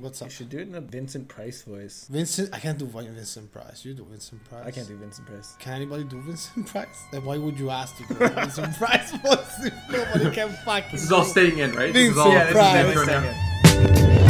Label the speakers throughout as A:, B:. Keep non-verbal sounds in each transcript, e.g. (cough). A: What's
B: You
A: up?
B: should do it in a Vincent Price voice.
A: Vincent, I can't do fucking Vincent Price. You do Vincent Price.
B: I can't do Vincent Price.
A: Can anybody do Vincent (laughs) Price? Then why would you ask to do a Vincent (laughs) Price voice if nobody can fucking?
C: This is all
A: do it?
C: staying in, right?
A: Being
C: this is all
A: surprised.
C: this is
A: Yeah,
C: intro now.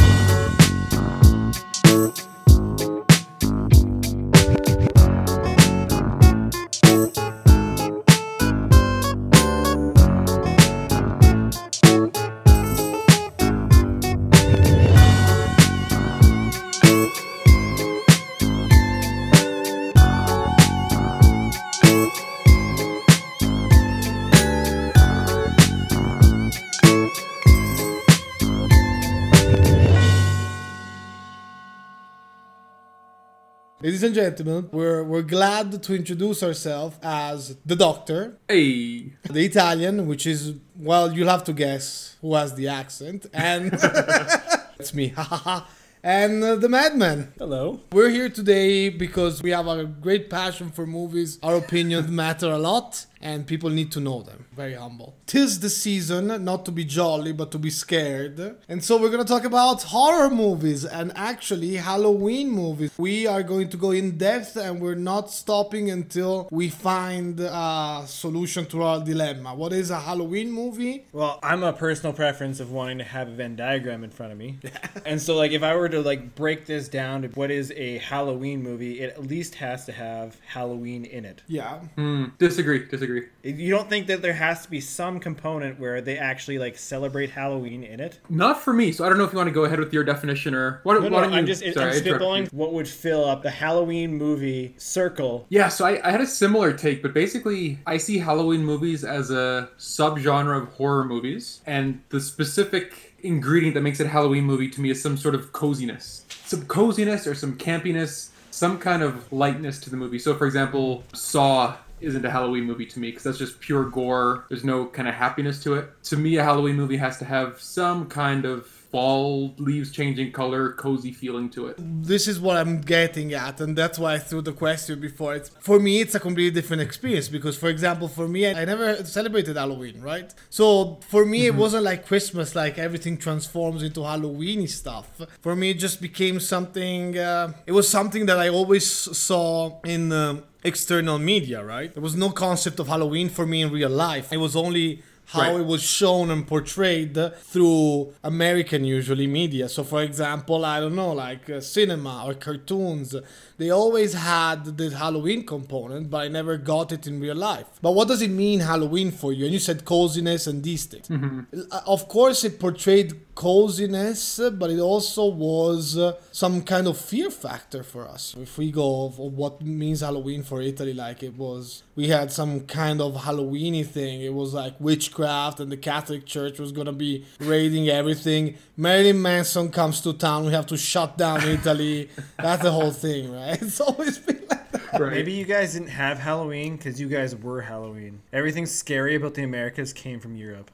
A: Ladies and gentlemen, we're we're glad to introduce ourselves as the Doctor,
C: Hey,
A: the Italian, which is well, you'll have to guess who has the accent, and (laughs) it's me, (laughs) and uh, the Madman.
B: Hello.
A: We're here today because we have a great passion for movies. Our opinions (laughs) matter a lot, and people need to know them. Very humble. Tis the season, not to be jolly, but to be scared. And so we're gonna talk about horror movies and actually Halloween movies. We are going to go in depth, and we're not stopping until we find a solution to our dilemma. What is a Halloween movie?
B: Well, I'm a personal preference of wanting to have a Venn diagram in front of
C: (laughs)
B: me. and so like if I were to like break this down to what is a Halloween movie, it at least has to have Halloween in it.
A: Yeah.
C: Hmm. disagree, disagree.
B: You don't think that there has to be some component where they actually like celebrate Halloween in it?
C: Not for me. So I don't know if you want to go ahead with your definition or what.
B: No,
C: why
B: no,
C: don't you,
B: I'm just
C: sorry, I
B: I'm
C: interrupted you.
B: spitballing what would fill up the Halloween movie circle.
C: Yeah, so I, I had a similar take, but basically, I see Halloween movies as a subgenre of horror movies, and the specific ingredient that makes it a Halloween movie to me is some sort of coziness. Some coziness or some campiness, some kind of lightness to the movie. So, for example, Saw isn't a Halloween movie to me because that's just pure gore. There's no kind of happiness to it. To me, a Halloween movie has to have some kind of fall leaves changing color, cozy feeling to it.
A: this is what I'm getting at, and that's why I threw the question before. It's for me, it's a completely different experience because, for example, for me, I, I never celebrated Halloween, right? So for me, it wasn't like Christmas, like everything transforms into Halloweeny stuff. For me, it just became something. Uh, it was something that I always saw in. Um, external media right there was no concept of halloween for me in real life it was only how
C: Right.
A: it was shown and portrayed through American usually media. So, for example, I don't know, like uh, cinema or cartoons, they always had this Halloween component, but I never got it in real life. But what does it mean Halloween for you? And you said coziness and these things. Uh, Of course, it portrayed coziness, uh, but it also was uh, some kind of fear factor for us. If we go of what means Halloween for Italy, like it was, we had some kind of Halloweeny thing. It was like witchcraft, and the Catholic Church was gonna be raiding everything. Marilyn Manson comes to town. We have to shut down Italy. That's the whole thing, right? (laughs) It's always been like that.
C: Right.
B: Maybe you guys didn't have Halloween because you guys were Halloween. Everything scary about the Americas came from
C: (laughs)
B: Europe.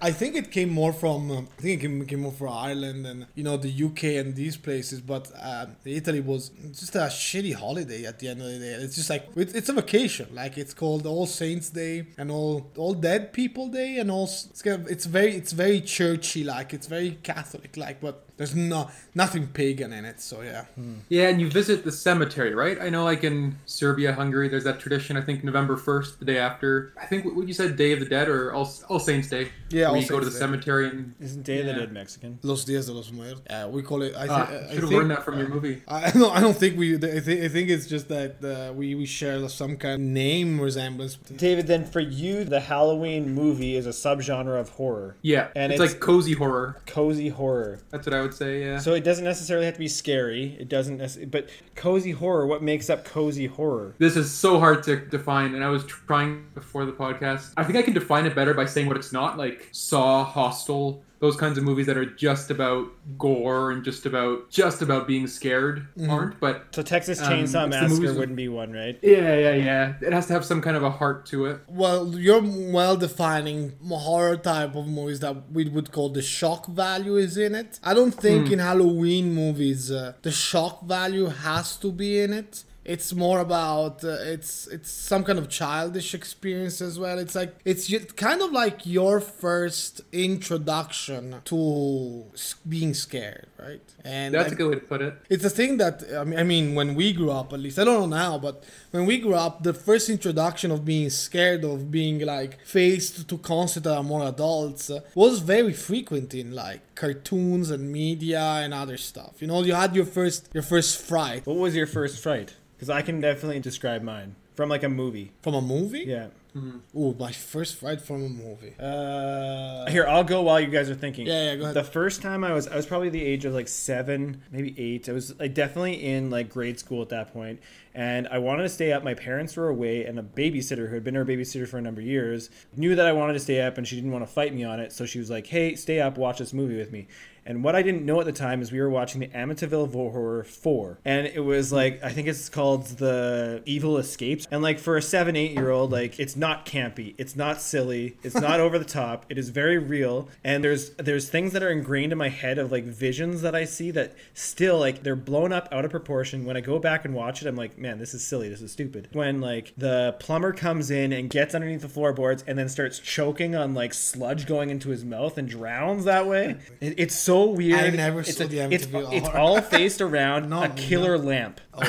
A: I think it came more from um, I think it came, came more from Ireland and you know the UK and these places, but um, Italy was just a shitty holiday at the end of the day. It's just like it, it's a vacation, like it's called All Saints Day and all All Dead People Day and all. s- It's, kind of, it's very it's very churchy, like it's very Catholic, like but there's no nothing pagan in it. So yeah,
C: Yeah, and you visit the cemetery, right? I know, like in Serbia, Hungary, there's that tradition. I think November first, the day after. I think what what you said, Day of the Dead or All, All Saints Day.
A: Yeah,
C: where
A: All
C: you go to the
A: Saints Day.
C: cemetery and
B: Isn't Day of the
C: Yeah.
B: Dead Mexican?
A: Los Dias de los Muertos. Uh, we call it. I, thi- I
C: ah, should have
A: think-
C: learned that from your movie.
A: I (laughs) no, I don't think we. I, thi- I think it's just that uh, we we share some kind of name resemblance.
B: David, then for you, the Halloween movie is a subgenre of horror.
C: Yeah,
B: And
C: it's,
B: it's-
C: like cozy horror.
B: Cozy horror.
C: That's what I would say. Yeah,
B: So it doesn't necessarily have to be scary. It doesn't, nec- but cozy horror. What makes up cozy horror?
C: this is so hard to define, and I was trying before the podcast. I think I can define it better by saying what it's not, like Saw, Hostel. Those kinds of movies that are just about gore and just about just about being scared
A: Mm-hmm.
C: aren't, but
B: So Texas
C: Um,
B: Chainsaw
C: it's the movies
B: Massacre
C: with-
B: wouldn't be one, right?
C: yeah, yeah, yeah. It has to have some kind of a heart to it.
A: Well, you're well defining horror type of movies that we would call the shock value is in
C: Hmm.
A: it. I don't think in Halloween movies uh, the shock value has to be in it. it's more about uh, it's it's some kind of childish experience as well it's like it's ju- kind of like your first introduction to s- being scared right and
C: That's
A: I-
C: a good way to put it.
A: it's a thing that I mean, I mean when we grew up at least I don't know now but when we grew up the first introduction of being scared of being like faced to concepts that are more adults uh, was very frequent in like cartoons and media and other stuff you know you had your first your first fright
B: What was your first fright? Because I can definitely describe mine from like a movie.
A: from a movie
B: Yeah.
A: oh my first fright from a movie uh
B: Here, I'll go while you guys are thinking.
A: Yeah, yeah, go ahead.
B: The first time I was, I was probably the age of like seven, maybe eight. I was like definitely in like grade school at that point, and I wanted to stay up. My parents were away, and a babysitter who had been our babysitter for a number of years knew that I wanted to stay up, and she didn't want to fight me on it. So she was like, "Hey, stay up, watch this movie with me." And what I didn't know at the time is we were watching the Amityville Horror 4. And it was like, I think it's called The Evil Escapes. And like for a seven, eight year old, like it's not campy. It's not silly. It's not (laughs) over the top. It is very real. And there's there's things that are ingrained in my head of like visions that I see that still like they're blown up out of proportion. When I go back and watch it, I'm like, man, this is silly. This is stupid. When like the plumber comes in and gets underneath the floorboards and then starts choking on like sludge going into his mouth and drowns that way. It- it's so weird.
A: I never
B: it's
A: saw
B: a-
A: the
B: it's,
A: MTV
B: it's
A: horror.
B: all faced around
A: (laughs) No,
B: a killer lamp. (laughs)
A: oh,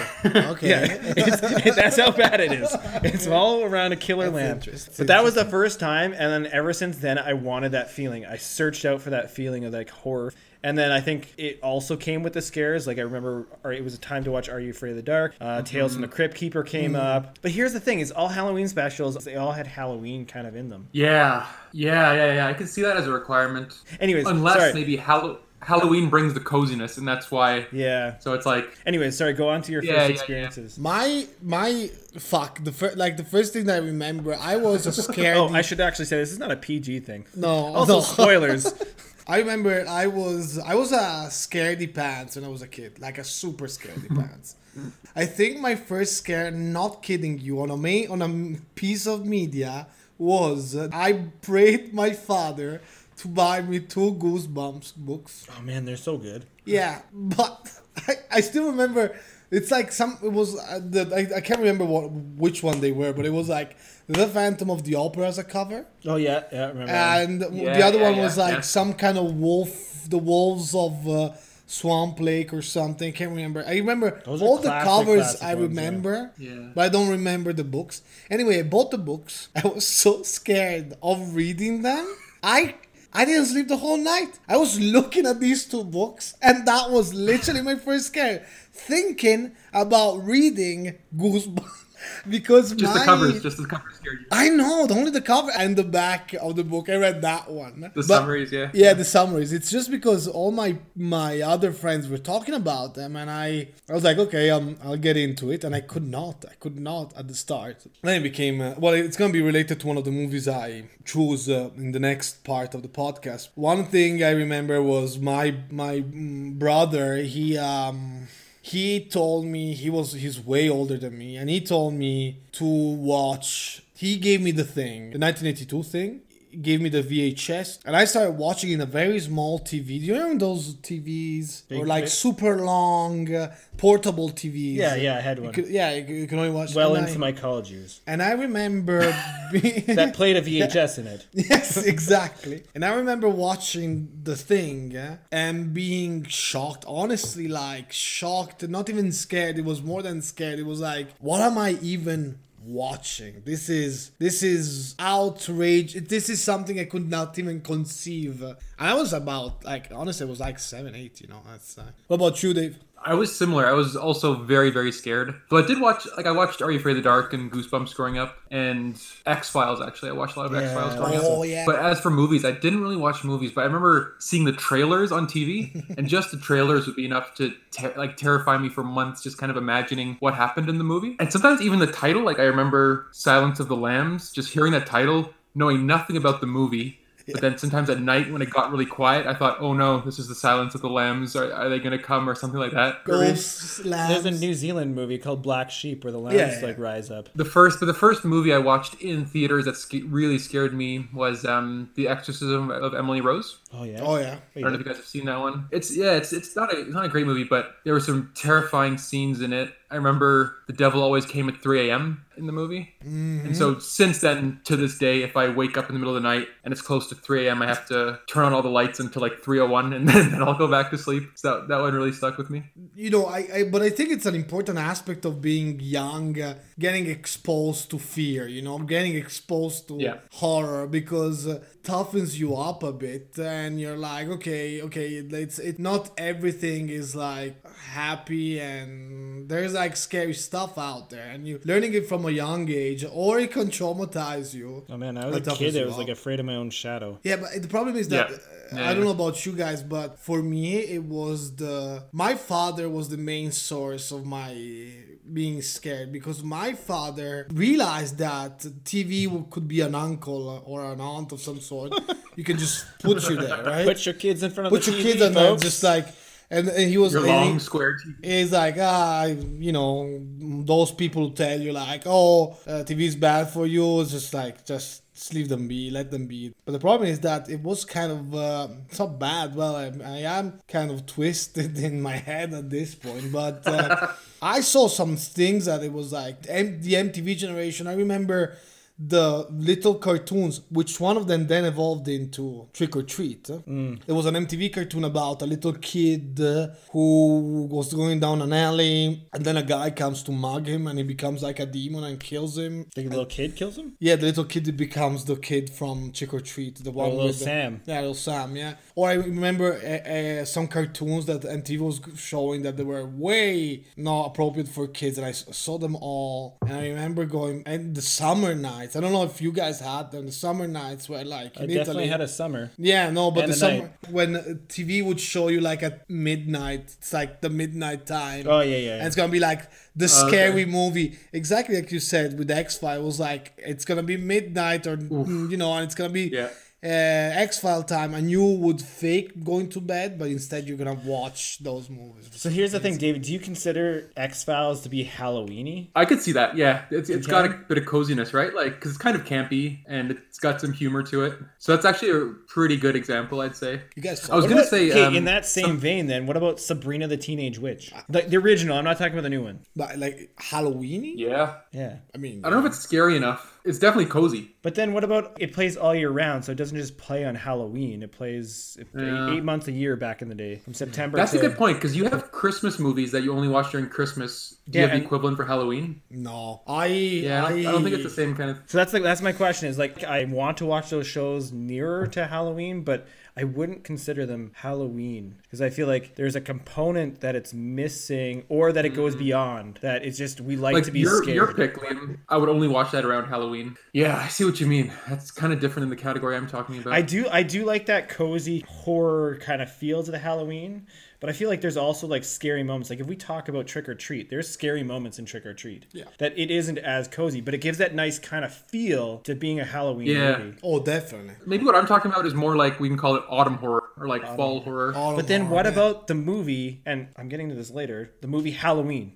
A: okay
B: It's- that's how bad it is. It's all around a killer
A: That's
B: lamp.
A: interesting.
B: But that was the first time, and then ever since then, I wanted that feeling. I searched out for that feeling of like horror. And then I think it also came with the scares. Like I remember, or it was a time to watch "Are You Afraid of the Dark?" Uh, Tales from the Crypt Keeper came up. But here's the thing: is all Halloween specials they all had Halloween kind of in them.
C: Yeah, yeah, yeah, yeah. I can see that as a requirement.
B: Anyways,
C: Unless
B: sorry.
C: maybe Hall- Halloween brings the coziness, and that's why.
B: yeah.
C: So it's like
B: Anyways, sorry. Go on to your
C: Yeah, yeah,
B: first
C: yeah.
B: experiences.
A: my my fuck the first like the first thing that I remember I was a scared
B: (laughs) Oh, I should actually say this is not a PG thing.
A: no (laughs)
B: Also,
A: no.
B: spoilers.
A: I remember I was I was a scaredy pants when I was a kid, like a super scaredy pants. I think my first scare, not kidding you, on a ma- on a m- piece of media was uh, I prayed my father to buy me two Goosebumps books.
B: oh man, they're so good.
A: Yeah, (laughs) but I, I still remember. It's like some. It was uh, the I, I can't remember what which one they were, but it was like the Phantom of the Opera as a cover.
B: Oh yeah, yeah. I Remember? that.
A: and w-
C: Yeah,
A: the other
C: yeah,
A: one
C: yeah,
A: was like
C: yeah.
A: some kind of wolf the wolves of uh, swamp lake or something can't remember i remember
B: Those are
A: all the
B: classic,
A: covers
B: classic
A: i
B: ones, yeah.
A: remember
C: Yeah.
A: but i don't remember the books anyway i bought the books (laughs) i was so scared of reading them i I didn't sleep the whole night. I was looking at these two books, and that was literally
B: (laughs)
A: my first scare. Thinking about reading Goosebumps (laughs) because
C: just
A: my,
C: the covers, just the covers scared you.
A: I know, only the cover and the back of the book. I read that one.
C: The
A: But-
C: summaries, yeah.
A: Yeah, the summaries. It's just because all my my other friends were talking about them, and I I was like, okay, um, I'll get into it, and I could not. I could not at the start. Then it became uh, well. It's gonna be related to one of the movies I choose uh, in the next part of the podcast. One thing I remember was my my mm, brother. He um he told me he was he's way older than me and he told me to watch he gave me the thing the 1982 thing he gave me the VHS and I started watching in a very small TV. Do you remember those TVs or like
B: big-
A: super long uh, portable TVs?
B: Yeah, yeah, I had
A: You
B: one.
A: could- yeah, you, you can only watch
B: well
A: the
B: into
A: night.
B: my college (laughs) years.
A: And I remember being,
B: That played a VHS in it.
A: (laughs) yes, exactly. And I remember watching the thing yeah, and being shocked, honestly, like shocked, not even scared. It was more than scared. It was like, what am I even watching? This is this is outrage. This is something I could not even conceive. And I was about like honestly, I was like seven, eight. You know, that's. Uh, what about you, Dave?
C: I was similar. I was also very, very scared. But I did watch, like, I watched Are You Afraid of the Dark and Goosebumps growing up, and X Files, actually. I watched a lot of X Files growing up.
A: Oh, yeah.
C: But as for movies, I didn't really watch movies, but I remember seeing the trailers on TV, and just the trailers would be enough to, ter- like, terrify me for months, just kind of imagining what happened in the movie. And sometimes even the title, like, I remember Silence of the Lambs, just hearing that title, knowing nothing about the movie. But then sometimes at night when it got really quiet, I thought, "Oh no, this is the Silence of the Lambs. Are, are they going to come or something like that?"
A: Ghosts,
B: There's a
A: lambs.
B: New Zealand movie called Black Sheep where the lambs
A: Yeah, yeah.
B: like rise up.
C: The first, but the first movie I watched in theaters that sca- really scared me was um, The Exorcism of Emily Rose.
B: Oh yeah.
A: Oh yeah.
C: I don't know if you guys have seen that one. It's yeah, it's it's not a it's not a great movie, but there were some terrifying scenes in it. I remember the devil always came at 3 a.m. in the movie. And so since then to this day, if I wake up in the middle of the night and it's close to 3 a.m., I have to turn on all the lights until like 3:01, and (laughs) then, then I'll go back to sleep. So that, that one really stuck with me.
A: you know I, I but i think it's an important aspect of being young uh, getting exposed to fear you know getting exposed to
C: Yeah.
A: horror because uh, toughens you up a bit and you're like okay okay it's it not everything is like happy and there's like scary stuff out there and you learning it from a young age or it can traumatize you
B: Oh man, I was
A: That
B: a
A: toughens
B: kid that
A: you
B: was like
A: up.
B: afraid of my own shadow.
A: Yeah, but the problem is that
C: Yeah.
A: uh,
C: Yeah,
A: I don't
C: yeah.
A: know about you guys, but for me, it was the my father was the main source of my being scared because my father realized that TV w- could be an uncle or an aunt of some
C: (laughs)
A: sort. you can just put you there, right?
B: Put your kids in front of
A: Put
B: the
A: your
B: TV,
A: kids on there,
B: folks.
A: just like. And, and he was
C: Your
A: and he-
C: long square TV.
A: it's like ah you know those people who tell you like oh uh, tv is bad for you it's just like just just leave them be let them be but the problem is that it was kind of uh, it's not bad well I, I am kind of twisted (laughs) in my head at this point but uh, i saw some things that it was like M- the mtv generation i remember the little cartoons, which one of them then evolved into Trick or Treat. There was an MTV cartoon about a little kid uh, who was going down an alley, and then a guy comes to mug him, and he becomes like a demon and kills him.
B: The little kid kills him.
A: Yeah, the little kid becomes the kid from Trick or Treat, the one
B: Little
A: with the-
B: Sam.
A: yeah, little Sam. Yeah, or I remember uh, uh, some cartoons that MTV was showing that they were way not appropriate for kids, and I s- saw them all. And I remember going and the summer nights. I don't know if you guys had them. The summer nights were like
B: I
A: in
B: definitely
A: Italy.
B: had a summer.
A: yeah, no, but
B: and
A: the
B: a
A: summer
B: night.
A: when uh, TV would show you like at midnight, it's like the midnight time.
B: Oh, yeah, yeah, yeah.
A: And it's gonna be like the
C: okay.
A: scary movie, exactly like you said with X Files. Like it's gonna be midnight or you know, and it's gonna be
C: Yeah.
A: uh, X File time, and you would fake going to bed, but instead you're gonna watch those movies.
B: So here's the thing, David. Do you consider X Files to be Halloweeny?
C: I could see that. Yeah, it's, it's got a
B: Okay.
C: bit of coziness, right? Like, because it's kind of campy and it's got some humor to it. So that's actually a pretty good example, I'd say.
A: You guys,
C: I was
A: saw it.
C: gonna say
B: okay,
C: um,
B: in that same vein, then what about Sabrina the Teenage Witch? The, the original. I'm not talking about the new one.
A: but like Halloween.
C: Yeah,
B: Yeah.
A: I mean,
C: I don't know if it's scary enough. It's definitely cozy.
B: But then what about it plays all year round, so it doesn't just play on Halloween. It plays it played
C: Yeah.
B: eight months a year back in the day, from September.
C: That's
B: to,
C: a good point because you have Christmas movies that you only watch during Christmas.
B: Yeah,
C: Do you have
B: and-
C: the equivalent for Halloween?
A: no, I
C: Yeah,
A: I,
C: I don't- I don't think it's the same kind of.
B: So that's like that's my question is like I want to watch those shows nearer to Halloween, but I wouldn't consider them Halloween because I feel like there's a component that it's missing or that it goes beyond that it's just we like,
C: Mm-hmm. Like
B: to be
C: your,
B: scared.
C: your pick, Liam. I would only watch that around Halloween. Yeah, I see what you mean. That's kind of different than the category I'm talking about.
B: I do I do like that cozy horror kind of feel to the Halloween, but I feel like there's also like scary moments. Like if we talk about Trick or Treat, there's scary moments in Trick or Treat.
A: Yeah.
B: That it isn't as cozy, but it gives that nice kind of feel to being a Halloween
C: Yeah.
B: movie.
A: Oh, definitely.
C: Maybe what I'm talking about is more like we can call it autumn horror or like fall horror.
A: Autumn
B: But then
A: horror,
B: what
A: Oh, yeah.
B: about the movie? And I'm getting to this later. The movie Halloween,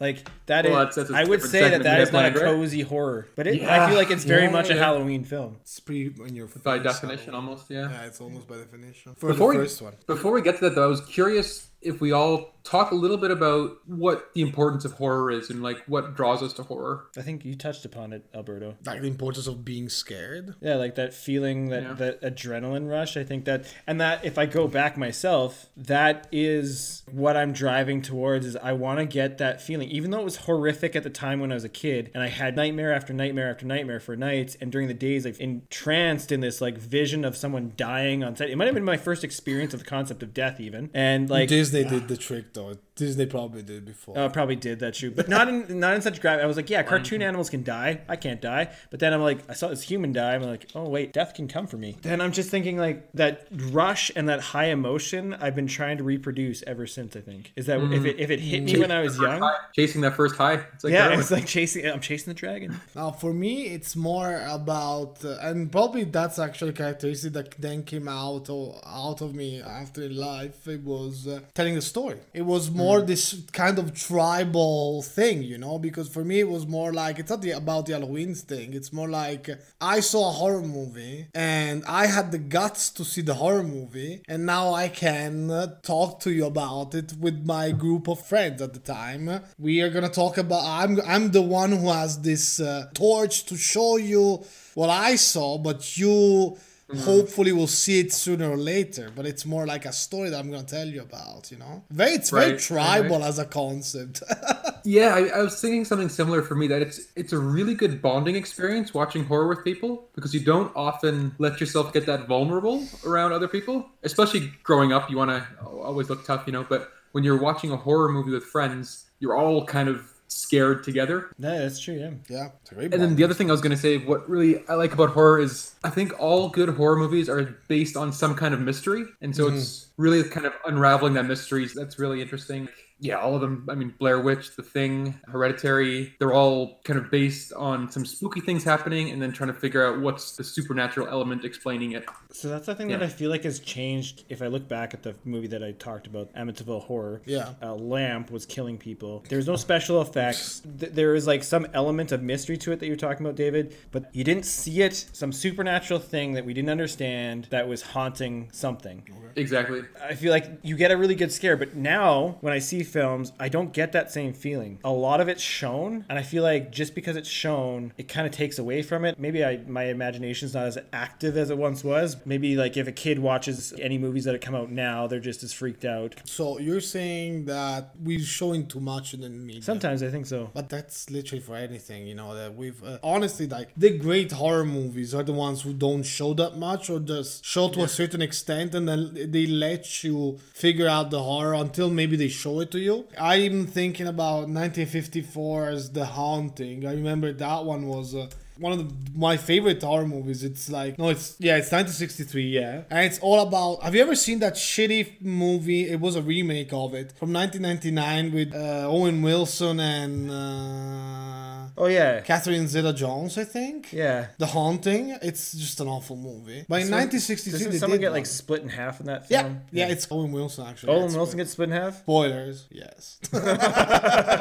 B: like that is.
C: Hmm. Well, that's- that's a
B: I would
C: different
B: say that
C: segment
B: that
C: we
B: is not a
C: have planned, right?
B: cozy horror, but it, I
C: Yeah.
B: feel like it's very
A: Yeah,
B: much a
C: yeah.
B: Halloween film.
A: It's pretty on your face,
C: by
A: Halloween.
C: definition, almost. Yeah.
A: Yeah, it's almost by definition. For
C: Before
A: the
C: we-
A: first one.
C: Before we get to that, though, I was curious if we all talk a little bit about what the importance of horror is and like what draws us to horror.
B: I think you touched upon it, Alberto.
A: Like the importance of being scared.
B: Yeah, like that feeling, that
C: Yeah.
B: that adrenaline rush. I think that, and that if I go back myself, that is what I'm driving towards. Is I want to get that feeling, even though it was horrific at the time when I was a kid, and I had nightmare after nightmare after nightmare for nights, and during the days, like entranced in this like vision of someone dying on set. It might have been my first experience of the concept of death, even, and like
A: Disney did the trick though. Disney probably did before.
B: Oh, I probably did that shoot, but not in not in such grab. I was like, yeah, cartoon animals can die. I can't die. But then I'm like, I saw this human die. I'm like, oh wait, death can come for me. Then I'm just thinking like that rush and that high emotion. I've been trying to reproduce ever since. I think is that if it if it hit me when I (laughs) was young.
C: High- chasing that first high. It's like
B: Yeah,
C: heroin.
B: it's like chasing. I'm chasing the dragon.
A: Now, for me, it's more about, uh, and probably that's actually a characteristic that then came out o- out of me after life. It was uh, telling the story. It was more this kind of tribal thing, you know, because for me it was more like it's not the, about the Halloween thing. It's more like I saw a horror movie and I had the guts to see the horror movie, and now I can uh, talk to you about it with my group of friends at the time. We are gonna talk about. I'm I'm the one who has this uh, torch to show you what I saw, but you
C: Mm-hmm.
A: hopefully we'll see it sooner or later but it's more like a story that i'm gonna tell you about you know very it's very
C: Right,
A: tribal as a concept (laughs)
C: Yeah, I, I was thinking something similar for me. That it's it's a really good bonding experience watching horror with people because you don't often let yourself get that vulnerable around other people. Especially growing up, you want to always look tough, you know. But when you're watching a horror movie with friends, you're all kind of scared together.
B: No, that's true. Yeah.
A: yeah it's a great
C: And then
A: one.
C: the other thing I was gonna say, what really I like about horror is I think all good horror movies are based on some kind of mystery, and so it's really kind of unraveling that mystery that's really interesting. Yeah, all of them. I mean, Blair Witch, The Thing, Hereditary. They're all kind of based on some spooky things happening, and then trying to figure out what's the supernatural element explaining it.
B: So that's the thing that
C: Yeah.
B: I feel like has changed. If I look back at the movie that I talked about, Amityville Horror,
A: Yeah.
B: a lamp was killing people. There's no special effects. Th- there is like some element of mystery to it that you're talking about, David, but you didn't see it. Some supernatural thing that we didn't understand that was haunting something.
C: Exactly.
B: I feel like you get a really good scare, but now when I see films, I don't get that same feeling. A lot of it's shown, and I feel like just because it's shown, it kind of takes away from it. Maybe I, my imagination's not as active as it once was. Maybe like if a kid watches any movies that have come out now, they're just as freaked out.
A: so you're saying that we're showing too much in the media
B: Sometimes I think so.
A: But that's literally for anything, you know. That we've uh, honestly like the great horror movies are the ones who don't show that much or just show to a certain extent, and then they let you figure out the horror until maybe they show it to you. I'm thinking about 1954's The Haunting. I remember that one was. Uh, one of the, my favorite horror movies. It's like no, it's yeah, it's 1963, yeah, and it's all about. Have you ever seen that shitty movie? It was a remake of it from 1999 with uh, Owen Wilson and uh,
B: Oh yeah,
A: Catherine Zeta-Jones, I think.
B: yeah.
A: The Haunting. It's just an awful movie. But in
B: So-
A: 1963,
B: Doesn't
A: they
B: someone
A: did
B: get
A: one.
B: like split in half in that
A: yeah,
B: film?
A: yeah, it's Owen Wilson actually.
B: Owen
A: It's-
B: Wilson gets split in half.
A: Spoilers,
B: (laughs)
A: yes. (laughs)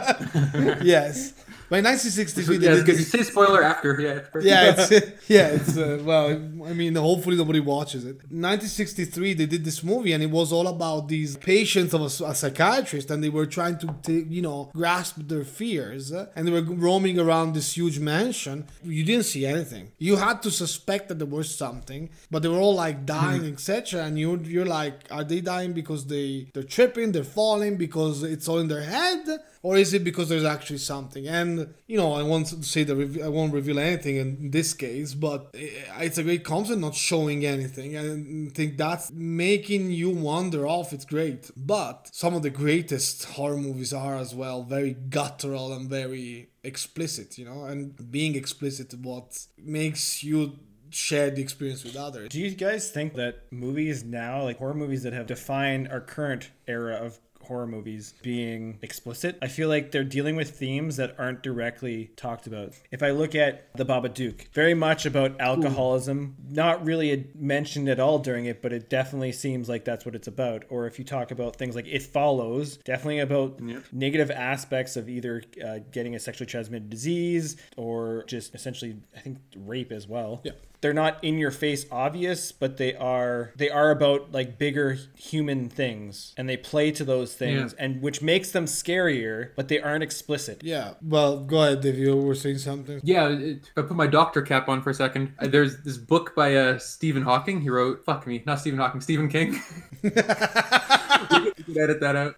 A: yes. By 1963, they
C: Yeah,
A: did
C: because
A: this-
C: you say spoiler after. Yeah. it's perfect.
A: yeah, it's, (laughs) yeah, it's uh, well, I mean, hopefully nobody watches it. 1963, they did this movie, and it was all about these patients of a, s- a psychiatrist, and they were trying to, ta- you know, grasp their fears, uh, and they were roaming around this huge mansion. You didn't see anything. You had to suspect that there was something, but they were all like dying, etc. And you, you're like, are they dying because they they're tripping, they're falling because it's all in their head? or is it because there's actually something? And you know, I won't say the rev- I won't reveal anything in this case, but i- it's a great concept not showing anything, and I think that's making you wonder off. It's great, but some of the greatest horror movies are as well very guttural and very explicit, you know, and being explicit what makes you share the experience with others.
B: Do you guys think that movies now, like horror movies that have defined our current era of horror movies being explicit? I feel like they're dealing with themes that aren't directly talked about. If I look at The Babadook, very much about alcoholism, not really mentioned at all during it, but it definitely seems like that's what it's about. Or if you talk about things like It Follows, definitely about negative aspects of either uh, getting a sexually transmitted disease or just essentially, I think, rape as well
A: Yeah.
B: they're not in your face obvious but they are they are about like bigger human things and they play to those things
C: Yeah.
B: and which makes them scarier but they aren't
C: (laughs)
B: explicit
A: Yeah, well, go ahead, Dave. You were saying something.
C: (laughs) Yeah, it, if I put my doctor cap on for a second, uh, there's this book by uh, Stephen Hawking. He wrote, fuck me, not Stephen Hawking, Stephen King. (laughs) you can edit
B: (laughs)
C: that out.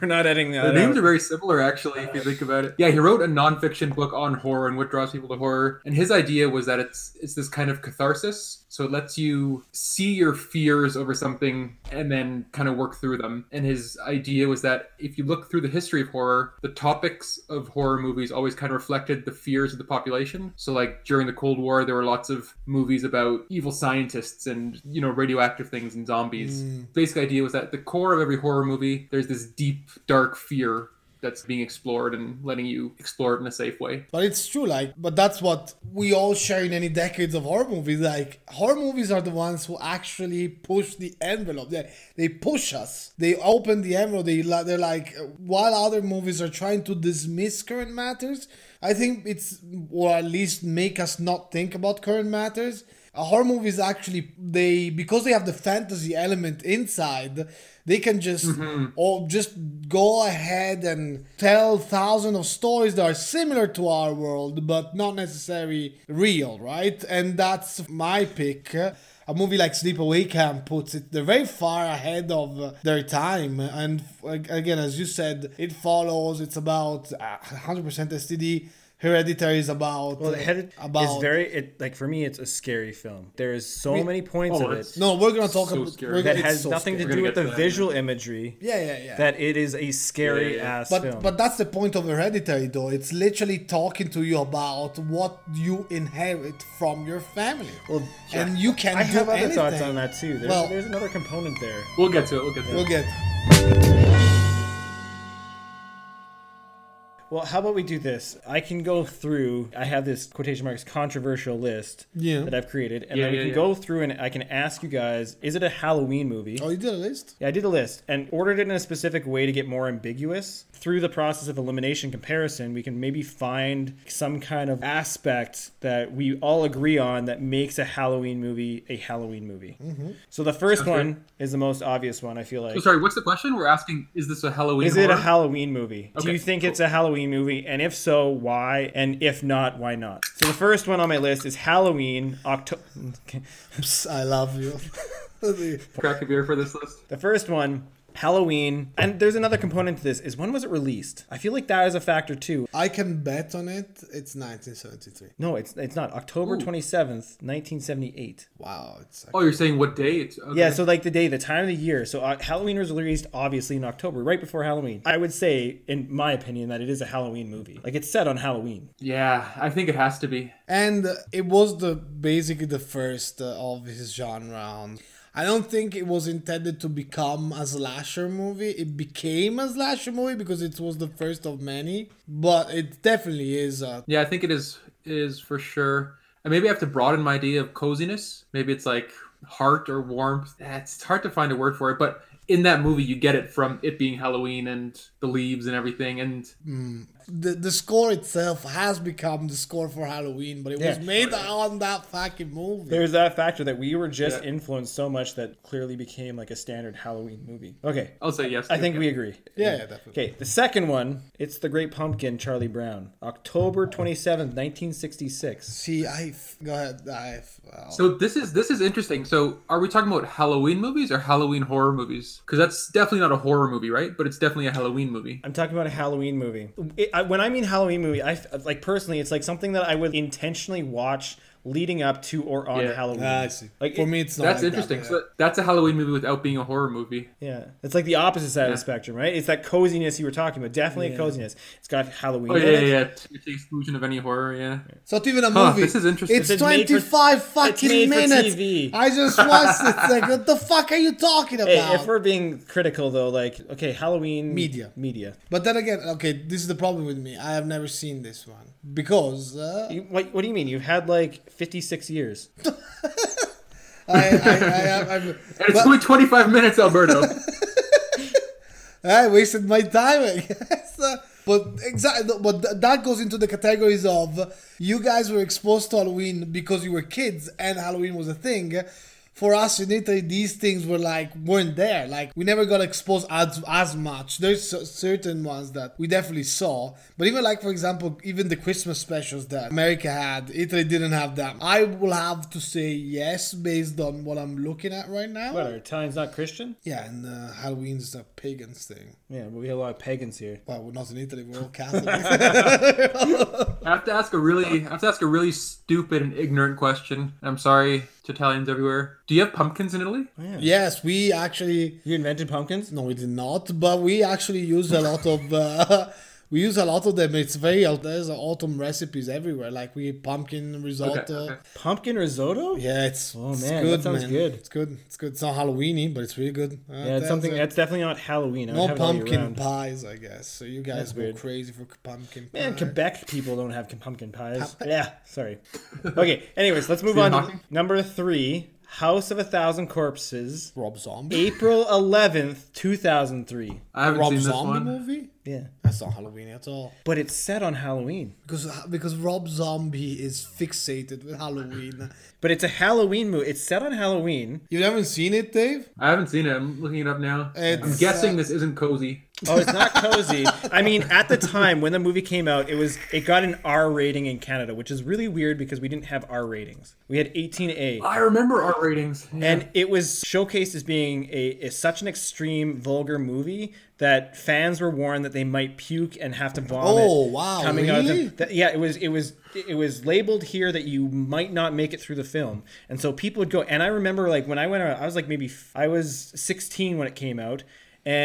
B: we're not editing that
C: the names are
B: out.
C: very similar, actually, if you think about it. Yeah, he wrote a nonfiction book on horror and what draws people to horror. And his idea was that it's it's this kind of catharsis. So it lets you see your fears over something and then kind of work through them. And his idea was that if you look through the history of horror, the topics of horror movies always kind of reflected the fears of the population. So like during the Cold War, there were lots of movies about evil scientists and you know radioactive things
B: Hmm.
C: and zombies. Basic idea was that the core of every horror movie, there's this deep dark fear that's being explored and letting you explore it in a safe way.
A: But it's true, like, but that's what we all share in any decades of horror movies. Like, horror movies are the ones who actually push the envelope. They, they push us. They open the envelope. They, li- they're like, while other movies are trying to dismiss current matters, I think it's, or at least make us not think about current matters. A horror movie is actually they because they have the fantasy element inside, they can just
B: Mm-hmm.
A: or just go ahead and tell thousands of stories that are similar to our world but not necessarily real, right? And that's my pick. A movie like Sleepaway Camp puts it they're very far ahead of uh, their time, and like, again, as you said, it follows. It's about uh, 100% STD. Hereditary is about uh,
B: Well, the head is very it like for me. It's a scary film. There is so many points of
C: oh, it's
B: it
A: No, we're gonna talk
C: So
A: about
C: scary.
A: we're
B: that
A: gonna- it's
B: has
A: so
B: nothing
A: scary.
B: to
C: We're
B: do
C: gonna
B: with
C: get
B: the
C: to that.
B: visual imagery.
A: Yeah, yeah, yeah.
B: That it is a scary
C: Yeah, yeah.
B: ass
A: but
B: film.
A: but that's the point of hereditary, though. It's literally talking to you about what you inherit from your family,
B: Well,
A: and you can
B: I
A: do
B: have other
A: anything.
B: thoughts on that too. There's,
A: Well-
B: there's another component there.
C: We'll get to it. We'll get to
A: We'll
C: it.
A: get
B: Well, how about we do this? I can go through. I have this quotation marks controversial list
A: Yeah.
B: that I've created, and
C: Yeah,
B: then we
C: yeah,
B: can
C: yeah.
B: go through and I can ask you guys: Is it a Halloween movie?
A: Oh, you did a list.
B: Yeah, I did a list and ordered it in a specific way to get more ambiguous. Through the process of elimination comparison, we can maybe find some kind of aspect that we all agree on that makes a Halloween movie a Halloween movie.
A: Mm-hmm.
B: So the first
C: Sounds
B: one is the most obvious one, I feel like.
C: So Oh, sorry, what's the question? We're asking: Is this a Halloween?
B: Is it a
C: horror?
B: Halloween movie? Do
C: Okay,
B: you think
C: cool.
B: it's a Halloween movie? And if so, why? And if not, why not? So the first one on my list is Halloween, October.
A: Psst, I love you.
C: crack a beer for this list?
B: The first one, Halloween. And there's another component to this is when was it released? I feel like that is a factor too.
A: (laughs) I can bet on it. It's 1973.
B: No, it's it's not October
C: Ooh.
B: twenty seventh, nineteen seventy eight.
A: Wow, it's
C: Oh, you're saying what day? It's, okay.
B: Yeah, so like the day, the time of the year. So uh, Halloween was released obviously in October, right before Halloween. I would say, in my opinion, that it is a Halloween movie. Like it's set on Halloween.
C: yeah, I think it has to be.
A: and uh, it was the basically the first uh, of his genre. Um, I don't think it was intended to become a slasher movie. It became a slasher movie because it was the first of many, but it definitely is. Uh,
C: Yeah, I think it is is for sure. And maybe I have to broaden my idea of coziness. Maybe it's like heart or warmth. Eh, It's hard to find a word for it, but in that movie, you get it from it being Halloween and the leaves and everything. And
A: the the score itself has become the score for Halloween, but it was
B: Yeah.
A: made on that fucking movie.
B: There's that factor that we were just
C: Yeah.
B: influenced so much that clearly became like a standard Halloween movie. Okay,
C: I'll say yes.
B: I
C: to
B: think
C: it.
B: we agree.
A: yeah, yeah, definitely.
B: Okay, the second one, it's The Great Pumpkin, Charlie Brown, October twenty seventh, nineteen sixty six.
A: See, I f- go ahead. I f- oh.
C: So this is this is interesting. So are we talking about Halloween movies or Halloween horror movies? Because that's definitely not a horror movie, right? But it's definitely a Halloween movie.
B: I'm talking about a Halloween movie. It, I, when I mean Halloween movie, I f- like personally, it's like something that I would intentionally watch leading up to or on
C: Yeah.
B: Halloween.
A: Ah, I see.
B: Like
A: for
B: it-
A: me, it's not. like
C: That's
A: that,
C: interesting.
A: yeah.
C: So that- that's a Halloween movie without being a horror movie.
B: Yeah, it's like the opposite side of the spectrum, right? It's that coziness you were talking about. Definitely a coziness. It's got Halloween.
C: Oh
B: in
C: yeah,
B: it.
C: yeah. yeah. It's the exclusion of any horror. Yeah.
A: It's not even a
C: Huh,
A: movie.
C: this is interesting.
A: It's,
B: It's made for-
A: 25 fucking
B: made for
A: minutes.
B: TV.
A: I just watched it. It's like, what the fuck are you talking about?
B: Hey, if we're being critical though, like okay, Halloween
A: Media.
B: media.
A: but then again, okay, this is the problem with me. I have never seen this one because uh,
B: You, what, what do you mean? You've had like 56 years.
A: I, I, I have,
B: (laughs)
A: I've,
C: And it's
A: but
C: only 25 minutes, Alberto.
A: I wasted my time, I guess. (laughs) Uh, But exactly, but th- that goes into the categories of you guys were exposed to Halloween because you were kids and Halloween was a thing. For us in Italy, these things were like weren't there. Like we never got exposed as as much. There's cer- certain ones that we definitely saw, but even like for example, even the Christmas specials that America had, Italy didn't have them. I will have to say yes based on what I'm looking at right now.
B: What are Italians not Christian?
A: Yeah, and uh, Halloween's a pagans thing.
B: Yeah, but we have a lot of pagans here.
A: Well, we're not in Italy. We're
B: (laughs)
A: all Catholics.
C: I have to ask a really, I have to ask a really stupid and ignorant question. I'm sorry to Italians everywhere. Do you have pumpkins in Italy?
A: yes, we actually
B: You invented pumpkins?
A: no, we did not, but we actually use a lot of. Uh, (laughs) we use a lot of them. It's very there's autumn recipes everywhere. Like we pumpkin risotto.
C: okay.
B: Pumpkin risotto?
A: Yeah, it's
B: Oh,
A: it's
B: man, that
A: good,
B: sounds
A: man.
B: good.
A: It's good. It's good. It's not Halloweeny, but it's really good. Uh,
B: Yeah, it's
A: that's
B: something
A: it.
B: that's definitely not Halloween. I would
A: no
B: have it all year
A: pumpkin
B: round.
A: pies, I guess. So you guys
B: That's
A: go
B: weird.
A: crazy for pumpkin pie.
B: Man, Quebec people don't have pumpkin pies. yeah, sorry. Okay, anyways, (laughs) let's move
C: Stephen
B: on to
C: Hawking?
B: number three House of a Thousand Corpses,
A: Rob Zombie.
B: April 11th, 2003.
C: I haven't
A: Rob
C: seen this
A: Zombie
C: one.
A: movie?
B: Yeah.
A: That's not Halloween at all.
B: But it's set on Halloween.
A: Because because Rob Zombie is fixated with Halloween.
B: But it's a Halloween movie. It's set on Halloween.
A: You haven't seen it, Dave?
C: I haven't seen it. I'm looking it up now. I'm
A: It's,
C: guessing
A: uh,
C: this isn't cozy.
B: Oh, it's not cozy. I mean, at the time when the movie came out, it was it got an R rating in Canada, which is really weird because we didn't have R ratings. We had 18A.
C: I remember our ratings.
B: And it was showcased as being a, a such an extreme, vulgar movie that fans were warned that they might puke and have to vomit.
A: Oh, wow,
B: out of
A: really?
B: them. That- yeah, it was it was it was labeled here that you might not make it through the film, and so people would go. And I remember like when I went out, I was like maybe f- I was 16 when it came out.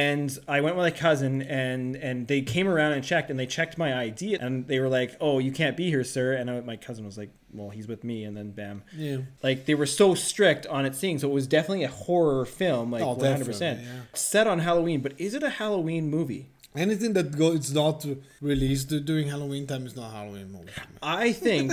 B: And I went with a cousin, and and they came around and checked, and they checked my ID, and they were like, "Oh, you can't be here, sir." And I, my cousin was like, "Well, he's with me," and then bam,
A: Yeah.
B: like they were so strict on it seeing so it was definitely a horror film like
A: Oh,
B: 100%
A: definitely, yeah.
B: set on halloween but is it a halloween movie
A: Anything that go it's not released during Halloween time is not Halloween movie.
B: i think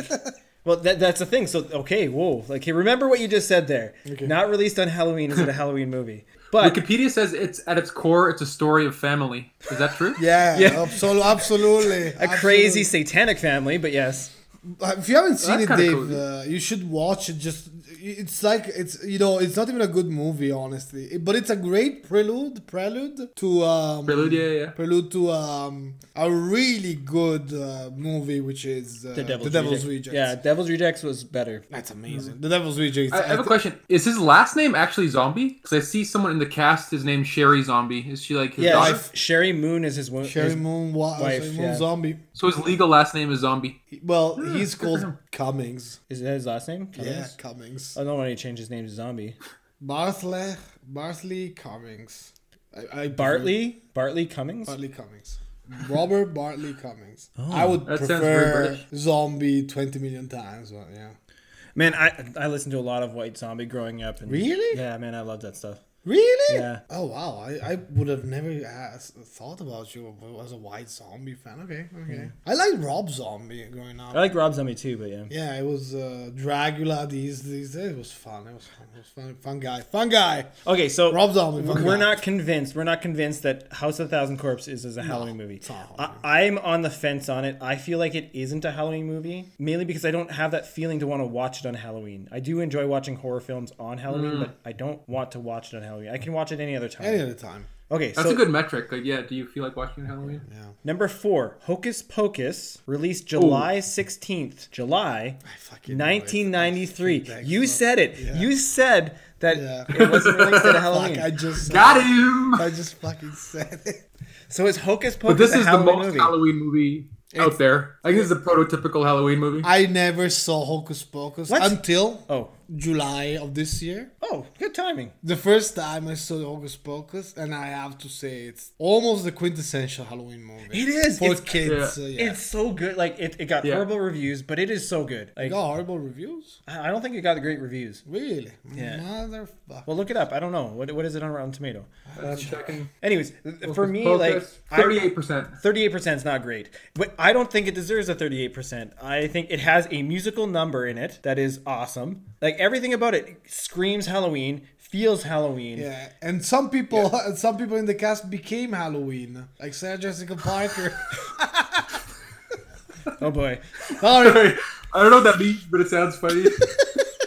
B: well that, that's the thing so okay whoa like hey, remember what you just said there not released on halloween is it a halloween movie but
C: Wikipedia says it's at its core, it's a story of family. Is that true?
A: Yeah,
B: Yeah.
A: absolutely,
C: (laughs)
A: absolutely.
B: a crazy satanic family but yes
A: Uh, If you haven't seen
C: that's
A: it,
C: kinda
A: Dave,
C: cool.
A: uh, you should watch it. Just it's like it's you know it's not even a good movie, honestly, It- but it's a great prelude, prelude to um,
C: Prelude, yeah, yeah.
A: prelude to um, a really good uh, movie, which is uh,
B: the devil's,
A: Rejects.
B: yeah devil's rejects was better
A: that's amazing. The Devil's Rejects.
C: I I have a
A: th-
C: question. Is his last name actually Zombie? Because I see someone in the cast, his name's Sherry Zombie. Is she like his
B: yeah
C: daughter?
A: Wife.
B: sherry moon is his one
A: Sherry Moon, wa-
B: wife,
A: Sherry Moon
B: yeah.
A: Zombie.
C: So his legal last name is Zombie.
A: Well, he's
C: Hmm, good for
A: called
C: him.
A: Cummings.
B: is that his last name
A: Yeah,
B: Cummings?
A: Cummings.
B: i don't want to change his name to zombie
A: Bartley, Bartley Cummings. I, I
B: bartley bartley cummings
A: Bartley Cummings. Robert Bartley Cummings. I would
C: Oh. That sounds very
A: prefer
C: British.
A: zombie twenty million times, but yeah.
B: Man, I I listened to a lot of White Zombie growing up. And
A: Really?
B: Yeah, man, I love that stuff.
A: Really?
B: Yeah.
A: Oh wow! I, I would have never asked, thought about you as a white zombie fan. Okay, okay. I like Rob Zombie growing up.
B: I like Rob Zombie too, but yeah.
A: yeah, it was uh, Dracula. These these days it was fun. It was fun. It was fun. Fun guy. Fun guy.
B: Okay, so
A: Rob Zombie, fuck
B: We're
A: off.
B: not convinced. We're not convinced that House of the Thousand Corpses is a Halloween movie.
A: it's not a Halloween
B: I, I'm on the fence on it. I feel like it isn't a Halloween movie, mainly because I don't have that feeling to want to watch it on Halloween. I do enjoy watching horror films on Halloween,
C: Mm.
B: but I don't want to watch it on Halloween. I can watch it any other time.
A: Any other time.
B: Okay,
C: That's
B: so
C: a good metric. Like, yeah, do you feel like watching Halloween?
A: Yeah.
B: number four, Hocus Pocus, released July 16th, July
A: I fucking know it.
B: 1993.
A: Thanks,
B: You
A: bro.
B: said it.
A: Yeah.
B: You said that
A: Yeah.
B: it wasn't
A: (laughs)
B: released at
A: Fuck!
B: Halloween.
A: I just
C: Got him!
A: I just fucking said it.
B: So it's Hocus Pocus.
C: But this
B: a
C: is the
B: Halloween
C: most
B: movie.
C: Halloween movie out there. I think this is the prototypical Halloween movie.
A: I never saw Hocus Pocus
B: What?
A: until
B: Oh,
A: July of this year.
B: oh, good timing.
A: The first time I saw Hocus Pocus, and I have to say, it's almost the quintessential Halloween movie.
B: It is.
A: For
B: It's,
A: kids,
C: yeah.
A: uh, yeah.
B: it's so good. Like it, it got
C: Yeah.
B: horrible reviews, but it is so good. Like
A: got horrible reviews?
B: I I don't think it got great reviews.
A: Really?
B: Yeah.
A: Motherfucker.
B: Well, look it up. I don't know what, what is it on Rotten Tomato.
C: I'm checking.
B: Anyways, for me, like I-
C: thirty-eight percent.
B: 38% is not great, but I don't think it deserves a 38%. I think it has a musical number in it that is awesome. Like everything about it screams Halloween, feels Halloween.
A: yeah, and some people, (laughs) some people in the cast became Halloween, like Sarah Jessica
B: (laughs)
A: Parker.
B: Oh boy. (laughs)
A: Sorry,
C: I don't know what that means, but it sounds funny.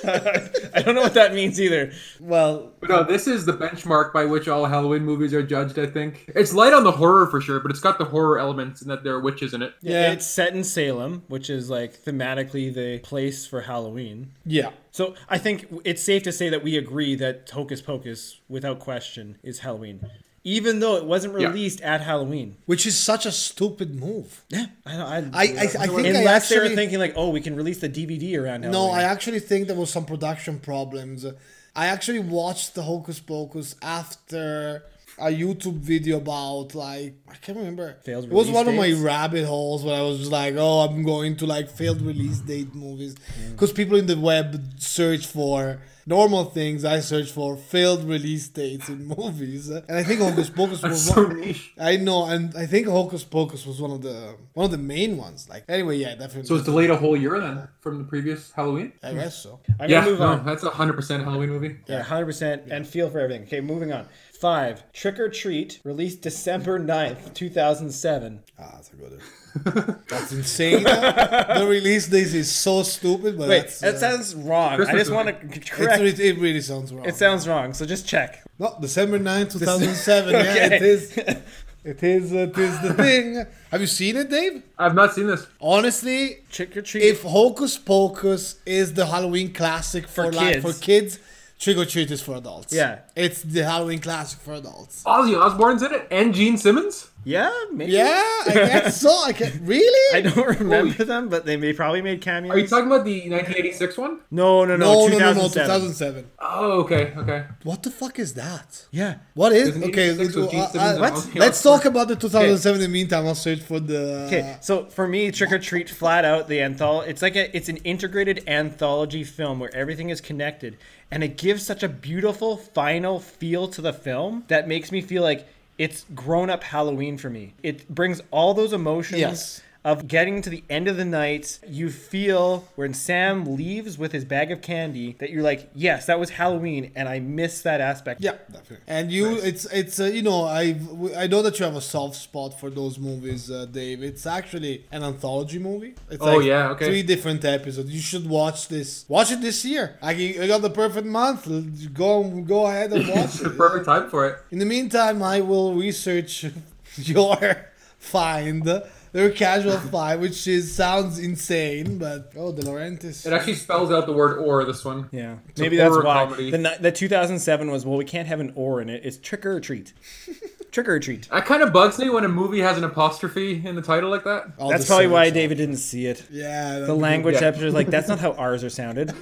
B: I don't know what that means either. Well,
C: but no, this is the benchmark by which all Halloween movies are judged. I think it's light on the horror for sure, but it's got the horror elements and that there are witches in it.
A: Yeah.
B: it's set in Salem, which is like thematically the place for Halloween.
A: yeah,
B: So I think it's safe to say that we agree that Hocus Pocus, without question, is Halloween. Even though it wasn't
C: Yeah.
B: released at Halloween.
A: which is such a stupid move.
B: Yeah. I, I,
A: I, I, I think I
B: Unless they were
A: actually-
B: thinking like, oh, we can release the DVD around Halloween.
A: No, I actually think there was some production problems. I actually watched the Hocus Pocus after a YouTube video about like I can't remember.
B: Failed
A: it was
B: release
A: one
B: dates?
A: of my rabbit holes where I was just like, oh, I'm going to like failed release date movies because people in the web search for normal things. I search for failed release dates in (laughs) movies, and I think Hocus Pocus
C: (laughs) That's
A: was
C: (laughs) so
A: one.
C: niche.
A: I know, and I think Hocus Pocus was one of the one of the main ones. Like anyway, yeah, definitely.
C: So it's delayed a whole year then from the previous Halloween.
A: I guess so.
B: I'm
C: yeah,
B: gonna move
C: no,
B: on.
C: that's a hundred percent Halloween movie.
B: Yeah, 100% and feel for everything. Okay, moving on. Five, Trick or Treat, released December 9th, 2007.
A: Ah, that's a good one. That's insane. the release date is so stupid, but
B: Wait,
A: that's,
B: that
A: uh,
B: sounds wrong. I
C: Christmas
B: just want to
A: it's,
B: correct.
A: it, it really sounds wrong.
B: It sounds wrong, so just check.
A: no, December 9,
B: (laughs)
A: 2007. (laughs) Yeah, it
B: Okay.
A: is. It is. It is the thing. Have you seen it, Dave?
C: I've not seen this.
A: Honestly,
B: Trick or Treat.
A: if Hocus Pocus is the Halloween classic for,
B: For
A: like
B: kids.
A: for kids, Trick or Treat is for adults.
B: Yeah.
A: it's the Halloween classic for adults.
C: Ozzy Osbourne's in it and Gene Simmons.
B: yeah, maybe.
A: Yeah, I guess so. I can really.
B: (laughs) I don't remember
C: Holy-
B: them, but they may probably made cameos.
C: Are you talking about the 1986 one?
B: no, no,
A: no,
B: no,
A: no, no, no,
B: 2007.
A: 2007.
C: Oh, okay, okay.
A: What the fuck is that?
B: Yeah.
A: What is
C: Isn't
A: okay?
C: 86 with
A: uh,
C: Gene
A: uh,
C: Simmons and
A: what?
C: Ozzy
A: Let's
C: Osbourne?
A: talk about the 2007. In the meantime, I'll search for the. uh,
B: Okay, so for me, Trick or Treat, flat out the anthology. It's like a, it's an integrated anthology film where everything is connected, and it gives such a beautiful final feel to the film that makes me feel like it's grown up Halloween for me. It brings all those emotions.
A: Yes.
B: Of getting to the end of the night, you feel when Sam leaves with his bag of candy that you're like, yes, that was Halloween, and I miss that aspect.
A: Yeah, definitely. And you, it's it's uh, you know I I know that you have a soft spot for those movies, uh, Dave. It's actually an anthology movie. It's
C: Oh, yeah, okay.
A: Three different episodes. You should watch this. Watch it this year. Like you, you got the perfect month. Go go ahead and watch
C: (laughs) The
A: it.
C: perfect time for it.
A: In the meantime, I will research (laughs) your find. Their casual find, which is sounds insane, but oh, De Laurentiis.
C: It actually spells out the word "or." This one.
B: Yeah,
C: a
B: maybe that's
C: horror
B: why
C: comedy.
B: the ni- the 2007 was well. We can't have an or in it. It's trick or
C: (laughs)
B: treat, trick or treat.
C: That kind of bugs me when a movie has an apostrophe in the title like that.
A: All
B: That's
A: the
B: probably why
A: sounds.
B: David didn't see it.
A: Yeah,
B: The language
C: Yeah.
B: episode is like that's not
C: (laughs)
B: how ours are sounded.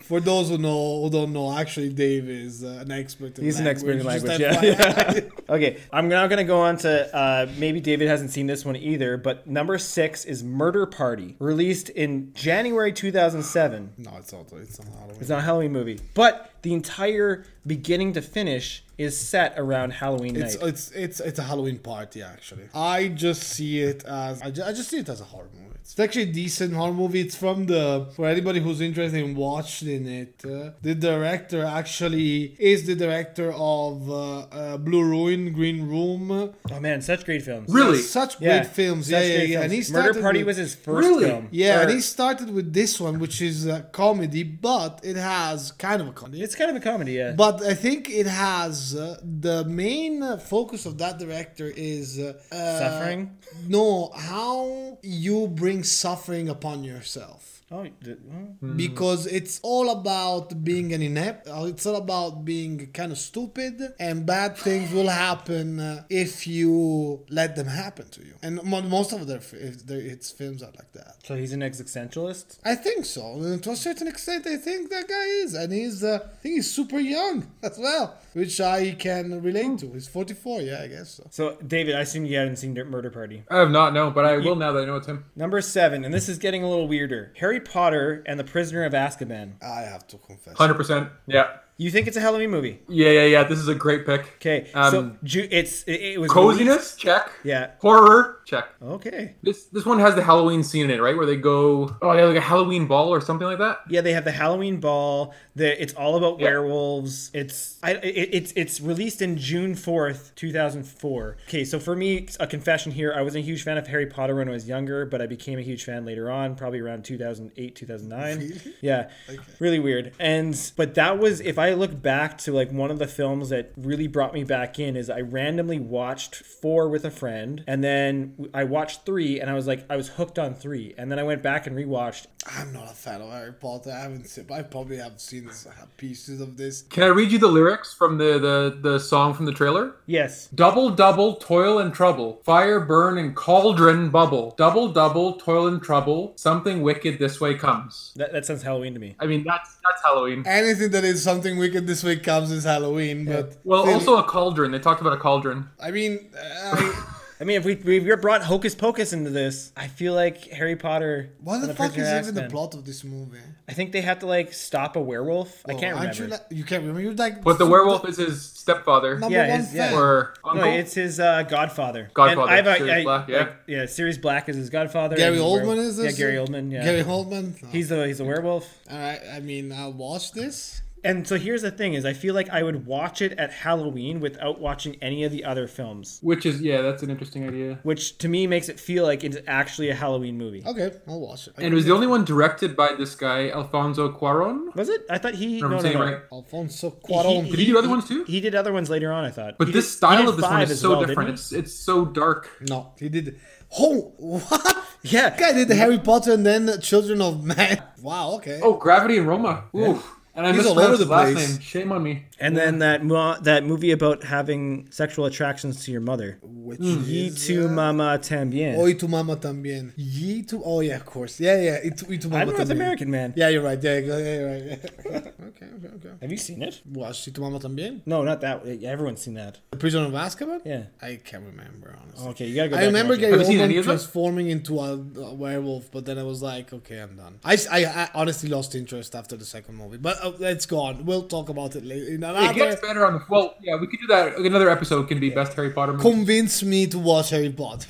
A: For those who know who don't know, actually, Dave is uh, an expert. In
B: He's an expert in language. Yeah.
A: Just
B: (laughs)
A: FYI.
B: okay, I'm now going to go on to uh, maybe David hasn't seen this one either, but number six is Murder Party, released in January 2007.
A: no, it's not. It's not Halloween.
B: It's not a Halloween movie, but the entire beginning to finish is set around Halloween
A: It's,
B: night.
A: it's it's it's a Halloween party actually. I just see it as I ju- I just, see it as a horror movie. It's actually a decent horror movie. It's from the for anybody who's interested in watching it. Uh, the director actually is the director of uh, uh, Blue Ruin, Green Room.
B: oh man, such great films.
C: Really?
A: Such great
B: Yeah,
A: films.
B: such
A: Yeah, yeah,
B: great
A: yeah.
B: films.
A: And he
B: Murder
A: started
B: Party
A: with-
B: was his first
C: Really?
B: film.
A: Yeah, and
B: Or-
A: he started with this one, which is a comedy, but it has kind of a comedy.
B: it's kind of a comedy, yeah.
A: But I think it has uh, the main uh, focus of that director is uh, uh,
B: Suffering?
A: No, how you bring suffering upon yourself.
B: Oh, you did- mm.
A: Because it's all about being an inept, uh, it's all about being kind of stupid, and bad things will happen uh, if you let them happen to you. And mo- most of their, fi- their it's films are like that.
B: so he's an existentialist.
A: I think so. And to a certain extent, I think that guy is, and he's uh, I think he's super young (laughs) as well, which I can relate to. He's 44, yeah, I guess so.
B: So, David, I assume you hadn't seen Dirt Murder Party.
C: I have not no, but I will now that I know it's him.
B: Number seven, and this is getting a little weirder Harry Potter and the Prisoner of Azkaban.
A: I have to confess.
C: Hundred percent. Yeah.
B: You think it's a Halloween movie?
C: Yeah, yeah, yeah. This is a great pick.
B: Okay. so,
C: Um,
B: ju- it's, it, it was.
C: coziness check.
B: Yeah.
C: Horror check.
B: Okay.
C: This this one has the Halloween scene in it, right? Where they go, oh, they have like a Halloween ball or something like that.
B: Yeah, they have the Halloween ball. The, it's all about
C: Yeah.
B: werewolves. It's I, it, it's it's released in June fourth, two thousand four. Okay, so for me, a confession here: I wasn't a huge fan of Harry Potter when I was younger, but I became a huge fan later on, probably around two thousand eight, two thousand nine. Yeah, really weird. And but that was if I look back to like one of the films that really brought me back in is I randomly watched four with a friend, and then I watched three, and I was like I was hooked on three, and then I went back and rewatched.
A: I'm not a fan of Harry Potter. I haven't seen. I probably have seen s- pieces of this.
C: Can I read you the lyrics from the the, the song from the trailer?
B: Yes,
C: Double, double, toil and trouble. Fire, burn, and cauldron bubble. Double, double, toil and trouble. Something wicked this way comes.
B: That, that sounds Halloween to me.
C: I mean, that's that's Halloween.
A: Anything that is something Thanksgiving weekend this week comes is Halloween, but
C: Well,
A: still,
C: also a cauldron. They talked about a cauldron.
A: I mean, uh,
B: (laughs)
A: I,
B: I mean, if we we we brought Hocus Pocus into this, I feel like Harry Potter.
A: what
B: and
A: the fuck
B: Prisoner
A: is
B: of
A: even the
B: Azkaban.
A: plot of this movie?
B: I think they have to like stop a werewolf. I can't
A: Oh, aren't
B: remember.
A: You, like- you can't remember. You're like,
C: But the
A: so-
C: werewolf is his stepfather
A: number
B: Yeah,
A: one
B: it's- yeah.
A: fan.
C: or uncle.
B: No, it's his uh, Godfather.
C: Godfather,
B: And
C: Sirius Black, yeah.
B: like, yeah, Sirius Black is his Godfather.
A: Gary
B: and he's a
A: Oldman
B: werewolf.
A: is this?
B: Yeah, Gary Oldman. Yeah,
A: Gary Oldman. Oh.
B: he's the he's a werewolf.
A: All right. I mean, I'll watch this.
B: And so here's the thing: is I feel like I would watch it at Halloween without watching any of the other films,
C: Which is yeah, that's an interesting idea.
B: which to me makes it feel like it's actually a Halloween movie.
A: Okay, I'll watch it.
C: And it was the only one directed by this guy, Alfonso Cuaron.
B: Was it? I thought he.
C: If I'm
B: No, no,
C: saying
B: no.
C: right.
A: Alfonso Cuarón.
C: Did he do other ones too?
B: He did other ones later on. I thought.
C: But
B: He
C: this
B: did- he
C: style
B: did
C: of this one
B: five
C: is
B: as
C: so
B: well, didn't
C: different.
B: he?
C: It's it's so dark.
A: no, he did. Oh, what?
B: Yeah.
A: guy did Harry Potter and then Children of Man. Wow. Okay.
C: Oh, Gravity and Roma. Ooh. And I
A: He's all over
C: mispronounced his
A: the
C: last
A: place.
C: name. Shame on me.
B: And then that mo- that movie about having sexual attractions to your mother.
A: Which
C: Mm.
B: Ye
A: is,
B: tu
A: uh, Oh,
B: mama tambien.
A: Oi tu mama también. Ye tu. Oh yeah, of course. Yeah, yeah. It, it tu mama
B: I'm North
A: también.
B: American man.
A: Yeah, you're right. Yeah, yeah, you're right. (laughs) Yeah. okay, okay, okay.
B: Have you seen it?
A: Watch it tu mama también.
B: No, not that. Everyone's seen that.
A: The Prisoner of Azkaban.
B: Yeah.
A: I can't remember honestly.
B: Okay, you gotta go. back
A: I
B: and
A: remember
B: watch it.
A: Gary
C: Have you seen any
A: Oldman
C: of them?
A: transforming into a, a werewolf, but then I was like, okay, I'm done. I, s- I- I honestly lost interest after the second movie, but uh, it's gone. We'll talk about it later. In
C: It
A: another,
C: gets better on the well. Yeah, we could do that. Another episode can be best Harry Potter movie.
A: convince me to watch Harry Potter.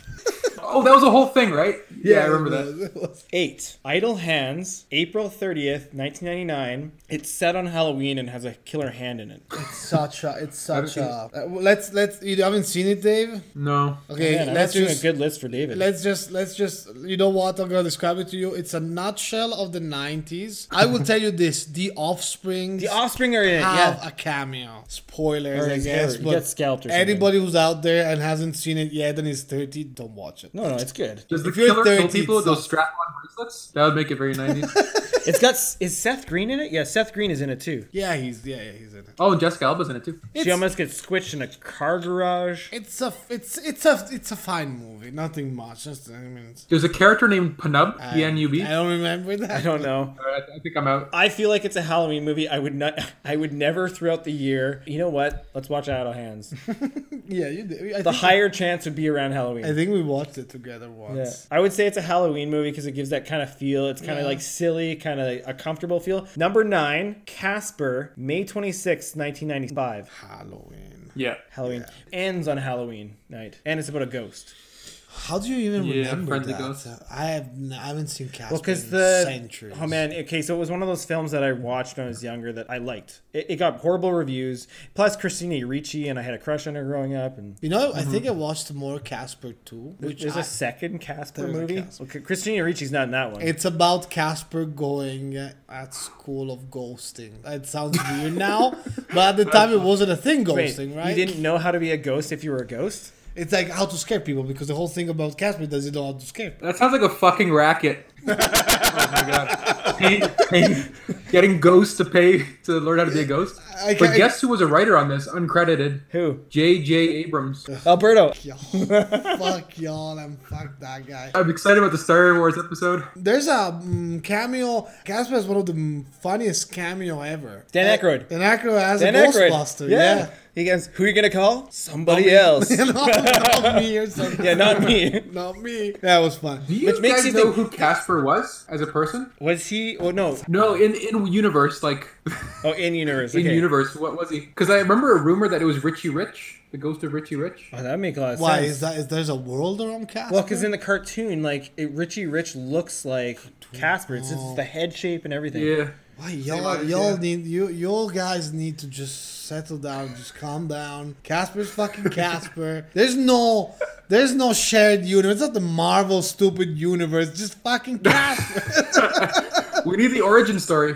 C: Oh, that was a whole thing, right? (laughs) Yeah, I remember that. (laughs)
B: Eight. Idle Hands, April 30th, 1999. It's set on Halloween and has a killer hand in it.
A: It's such a. It's
C: haven't
A: such
C: seen
A: a. Uh, well, let's let's. You haven't seen it, Dave?
C: No.
A: Okay,
B: Man,
A: let's
B: that's doing a
A: just.
B: good list for David.
A: Let's just let's just you know what I'm gonna describe it to you. It's a nutshell of the '90s. I will tell you this: The Offspring.
B: the Offspring are in it,
A: have
B: yeah.
A: a cameo. Spoilers,
B: Ah. Or
A: I
B: it's-
A: guess.
B: or you
A: But
B: get scalped or something.
A: anybody who's out there and hasn't seen it yet and is 30, don't watch it.
B: No, no, it's good.
C: Does the
A: If you're
C: killer kill
A: 30,
C: people with
A: it's-
C: those strap-on bracelets? That would make it
A: (laughs)
C: very 90s.
B: It's got. (laughs) Is Seth Green in it? Yeah, Seth Green is in it too.
A: Yeah, he's yeah, yeah he's in it.
C: oh, and Jessica Alba's in it too.
B: she
A: It's,
B: almost gets squished in a car garage.
A: it's a it's it's a it's a fine movie. Nothing much. Just I mean, it's,
C: There's a character named Panub,
A: I-
C: P-N-U-B.
A: I
C: I,
A: don't remember that.
B: I don't know.
C: I think I'm out.
B: I feel like it's a Halloween movie. I would not. (laughs) I would never throughout the year. You know what? Let's watch Idle Hands.
A: (laughs) Yeah, you did. I
B: (laughs) The
A: think,
B: higher chance would be around Halloween.
A: I think we watched it together
B: Yeah.
A: once.
B: I would say it's a Halloween movie because it gives that kind of feel. It's kind of
A: Yeah.
B: like silly, kind of a comfortable feel. Number nine, Casper, May 26, 1995.
A: Halloween.
C: Yeah.
B: Halloween ends on Halloween night, and it's about a ghost.
A: How do you even
C: Yeah,
A: remember
C: Friendly
A: that?
C: Ghost.
A: I have n- I haven't seen Casper
B: Well, because
A: in
B: the
A: centuries.
B: oh man, okay, so it was one of those films that I watched when I was younger that I liked. It, it got horrible reviews. Plus, Christina Ricci and I had a crush on her growing up, and
A: You know, I
B: Mm-hmm.
A: think I watched more Casper too, which
B: there's
A: I-
B: a second Casper
A: There's a
B: movie.
A: Casper.
B: Okay, Christina Ricci's not in that one.
A: It's about Casper going uh, at school of ghosting. It sounds weird now,
B: (laughs)
A: but at the time it wasn't a thing
B: Wait,
A: ghosting, right?
B: You didn't know how to be a ghost if you were a ghost.
A: It's like how to scare people because the whole thing about Casper does he know how to scare. people.
C: That sounds like a fucking
A: (laughs)
C: racket. oh my god. Pay- pay- getting ghosts to pay to learn how to be a ghost.
A: I
C: But
A: can't- (laughs)
C: guess who was a writer on this, uncredited?
B: Who?
C: J.J. Abrams.
B: Alberto.
A: Y'all. fuck y'all and fuck that guy.
C: I'm excited about the Star Wars episode.
A: There's a mm cameo. Casper is one of the mm, funniest cameo ever. Eh,
B: Dan Aykroyd.
A: Dan Aykroyd as
B: Dan
A: a
B: Aykroyd.
A: Ghostbuster. Yeah.
B: He goes, Who are you going to call?
A: (laughs)
B: Somebody else.
A: not, not me or something.
B: (laughs) yeah, not me.
A: Not me. That was fun.
C: Do you
B: Which makes
C: guys
B: you
C: know
B: think-
C: who Casper was as a person?
B: Was he? Oh, no.
C: No, in in universe, like (laughs)
B: Oh, in universe.
C: in
B: Okay.
C: universe, what was he? Because I remember a rumor that it was Richie Rich, the ghost of Richie Rich.
B: Oh, that make a lot of
A: Why
B: sense.
A: is that? Is there's a world around Casper?
B: Well, because in the cartoon, like, it, Richie Rich looks like Casper. It's, it's the head shape and everything.
C: Yeah,
A: Why y'all
C: about it,
A: y'all
C: yeah.
A: need you y'all guys need to just settle down, just calm down. Casper's fucking Casper. There's no there's no shared universe. It's not the Marvel stupid universe. Just fucking Casper.
C: we need the origin
B: (laughs)
C: story.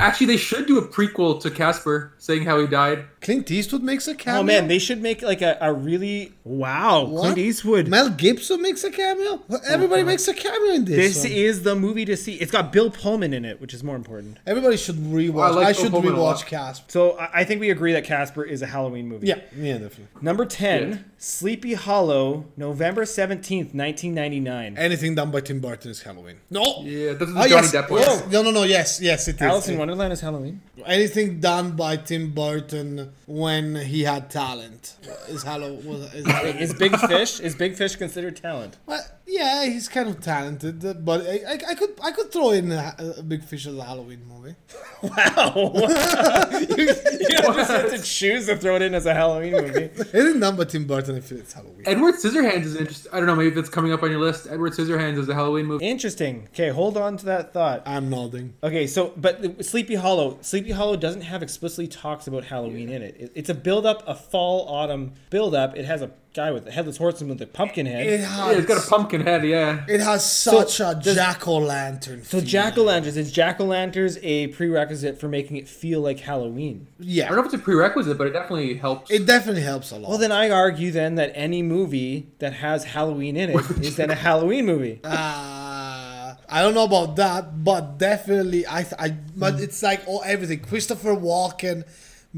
C: Actually, they should do a prequel to Casper, saying how he died.
A: Clint Eastwood makes a cameo.
B: Oh man, they should make like a, a really wow
A: What?
B: Clint Eastwood.
A: Mel Gibson makes a cameo. Well, Everybody makes a cameo in this.
B: this
A: one.
B: is the movie to see. It's got Bill Pullman in it, which is more important.
A: Everybody should rewatch.
C: I
A: I,
C: like
A: should
C: Oklahoma a lot.
A: rewatch Casper.
B: So I, I think we agree that Casper is a Halloween movie.
A: Yeah, yeah, definitely.
B: Number ten,
C: Yeah.
B: Sleepy Hollow, November seventeenth, nineteen ninety nine.
A: Anything done by Tim Burton is Halloween. No.
C: Yeah, that's the
A: Ah,
C: Johnny
A: yes.
C: Depp one.
A: yes. No, no, no. Yes, yes, it is.
B: Alice in
A: It-
B: Wonderland is Halloween.
A: Anything done by Tim Burton when he had talent is Halloween. Is Halloween.
B: Is (laughs) Big Fish is Big Fish considered talent?
A: Well, yeah, he's kind of talented, uh, but I, I, I could I could throw in a, a big fish as a Halloween movie. (laughs)
B: (laughs) Wow, you, you just had to choose to throw it in as a Halloween movie.
A: Anything done by Tim Burton if it's Halloween.
C: Edward Scissorhands is interesting. I don't know, maybe that's coming up on your list. Edward Scissorhands is a Halloween movie.
B: Interesting. Okay, hold on to that thought.
A: I'm nodding.
B: Okay, so but the- Sleepy Hollow, Sleepy Hollow doesn't have explicitly talks about Halloween in it. it. It's a build up, a fall autumn build up. It has a guy with a headless horseman with a pumpkin
A: It has
B: head.
C: Yeah, it's got a pumpkin head, yeah.
A: it has such a
B: does-
A: jack o' lantern.
B: so jack o' lanterns is jack o' lanterns a prerequisite for making it feel like Halloween?
C: I
A: Yeah,
C: don't know if it's a prerequisite, but it definitely helps.
A: it definitely helps a lot.
B: Well, then I argue then that any movie that has Halloween in it is then a Halloween movie.
A: Uh, I don't know about that, but definitely I, th- I but
B: Hmm.
A: it's like all everything. Christopher Walken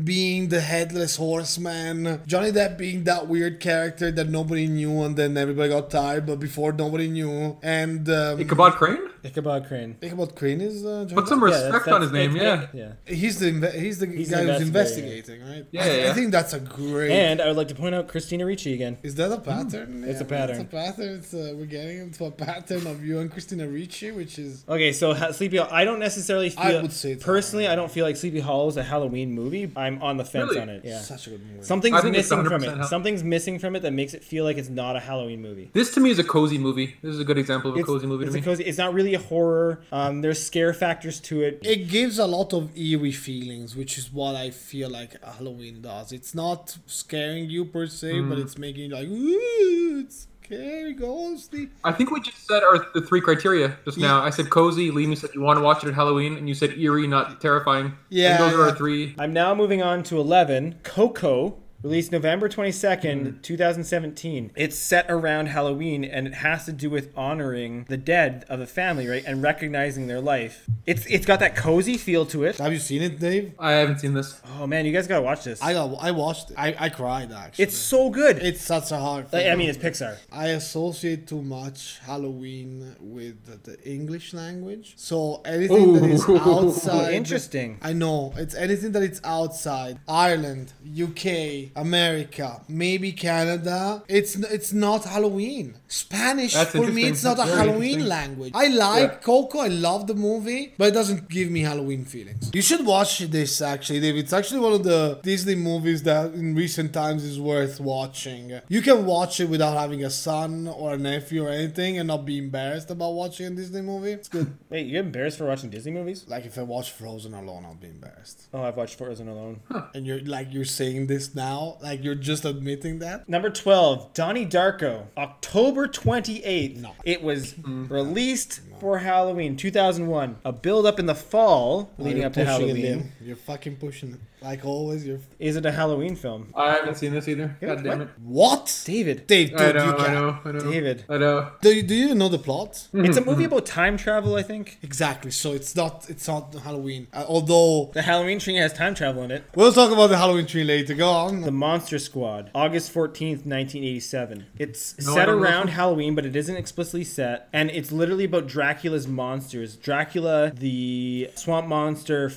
A: being the headless horseman, Johnny Depp being that weird character that nobody knew, and then everybody got tired, but before nobody knew, and um,
C: Ichabod Crane?
B: Ichabod Crane.
A: think about Crane is uh, Johnny
C: Put some
A: Depp?
B: Yeah,
C: respect on his name, yeah.
B: yeah.
A: he's the inve- he's the
B: He's
A: guy who's
B: investigating,
A: investigating, right?
C: Yeah,
A: I,
C: yeah.
A: I think that's a great.
B: And I would like to point out Christina Ricci again.
A: Is that a pattern?
B: Mm. It's
A: Yeah,
B: a pattern.
A: It's a pattern. It's, uh, we're getting into a pattern of you and Christina Ricci, which is
B: Okay, so ha- Sleepy Hollow. I don't necessarily feel.
A: I would say it's
B: personally, I don't feel like Sleepy Hollow is a Halloween movie. I'm on the fence
C: Really?
B: on it. Yeah,
A: such a good movie.
B: something's
C: I think it's
B: missing from
C: 100%
B: it.
C: Hall-
B: Something's missing from it that makes it feel like it's not a Halloween movie.
C: This to me is a cozy movie. This is a good example of a
B: It's,
C: cozy movie to
B: it's a
C: me.
B: cozy- it's not really a horror. Um, there's scare factors to it.
A: it gives a lot of eerie feelings, which is what I feel like Halloween does. It's not scaring you per se, but it's making you like, ooh, it's scary, ghostly.
C: I think we just said our the three criteria just now. I said cozy. Liam you said you want to watch it at Halloween, and you said eerie, not terrifying.
A: Yeah,
C: and those are
A: yeah.
C: our three.
B: I'm now moving on to 11. Coco, released November
A: Hmm.
B: 22nd, 2017. It's set around Halloween and it has to do with honoring the dead of the family, right? And recognizing their life. It's it's got that cozy feel to it.
A: Have you seen it, Dave?
C: I haven't seen this.
B: Oh man, you guys got to watch this.
A: I got, I watched it. I, I cried actually.
B: it's so good.
A: it's such a hard.
B: Like, I
A: film.
B: mean, it's Pixar.
A: I associate too much Halloween with the English language, so anything that is
C: Ooh.
A: outside.
B: (laughs) Interesting.
A: I know it's anything that it's outside Ireland, UK, America, maybe Canada. It's it's not Halloween. Spanish
C: That's
A: for me,
C: interesting.
A: it's not a
C: That's very
A: Halloween
C: interesting.
A: language. I like
C: Yeah.
A: Coco. I love the movie, but it doesn't give me Halloween feelings. You should watch this actually, Dave. It's actually one of the Disney movies that in recent times is worth watching. You can watch it without having a son or a nephew or anything, and not be embarrassed about watching a Disney movie. It's good.
B: Wait, you embarrassed for watching Disney movies?
A: like if I watch Frozen alone, I'll be embarrassed.
B: Oh, I've watched Frozen alone.
A: And you're like you're saying this now, like you're just admitting that.
B: Number 12, Donnie Darko, October 28th.
A: No. Mm-hmm.
B: It was released for Halloween 2001. A build up in the fall leading
A: You're
B: up to
A: pushing it,
B: Halloween.
A: Liam. You're fucking pushing it, like always. You're
B: Is it a Halloween film?
C: I haven't seen this either. God damn it.
A: what?
B: David.
A: Dave, dude,
C: I
A: you
C: know, I
A: can't.
C: know, I know.
B: David.
C: I know.
A: Do you, do you know the plot?
B: It's
A: (laughs)
B: a movie about time travel, I think.
A: Exactly. So it's not it's not Halloween. Uh, although
B: The Halloween tree has time travel in it.
A: we'll talk about the Halloween tree later. Go on.
B: The Monster Squad, August 14th, 1987. It's
C: No, I
B: set
C: don't know.
B: around Halloween, but it isn't explicitly set. And it's literally about Dracula's monsters. Dracula, the swamp monster,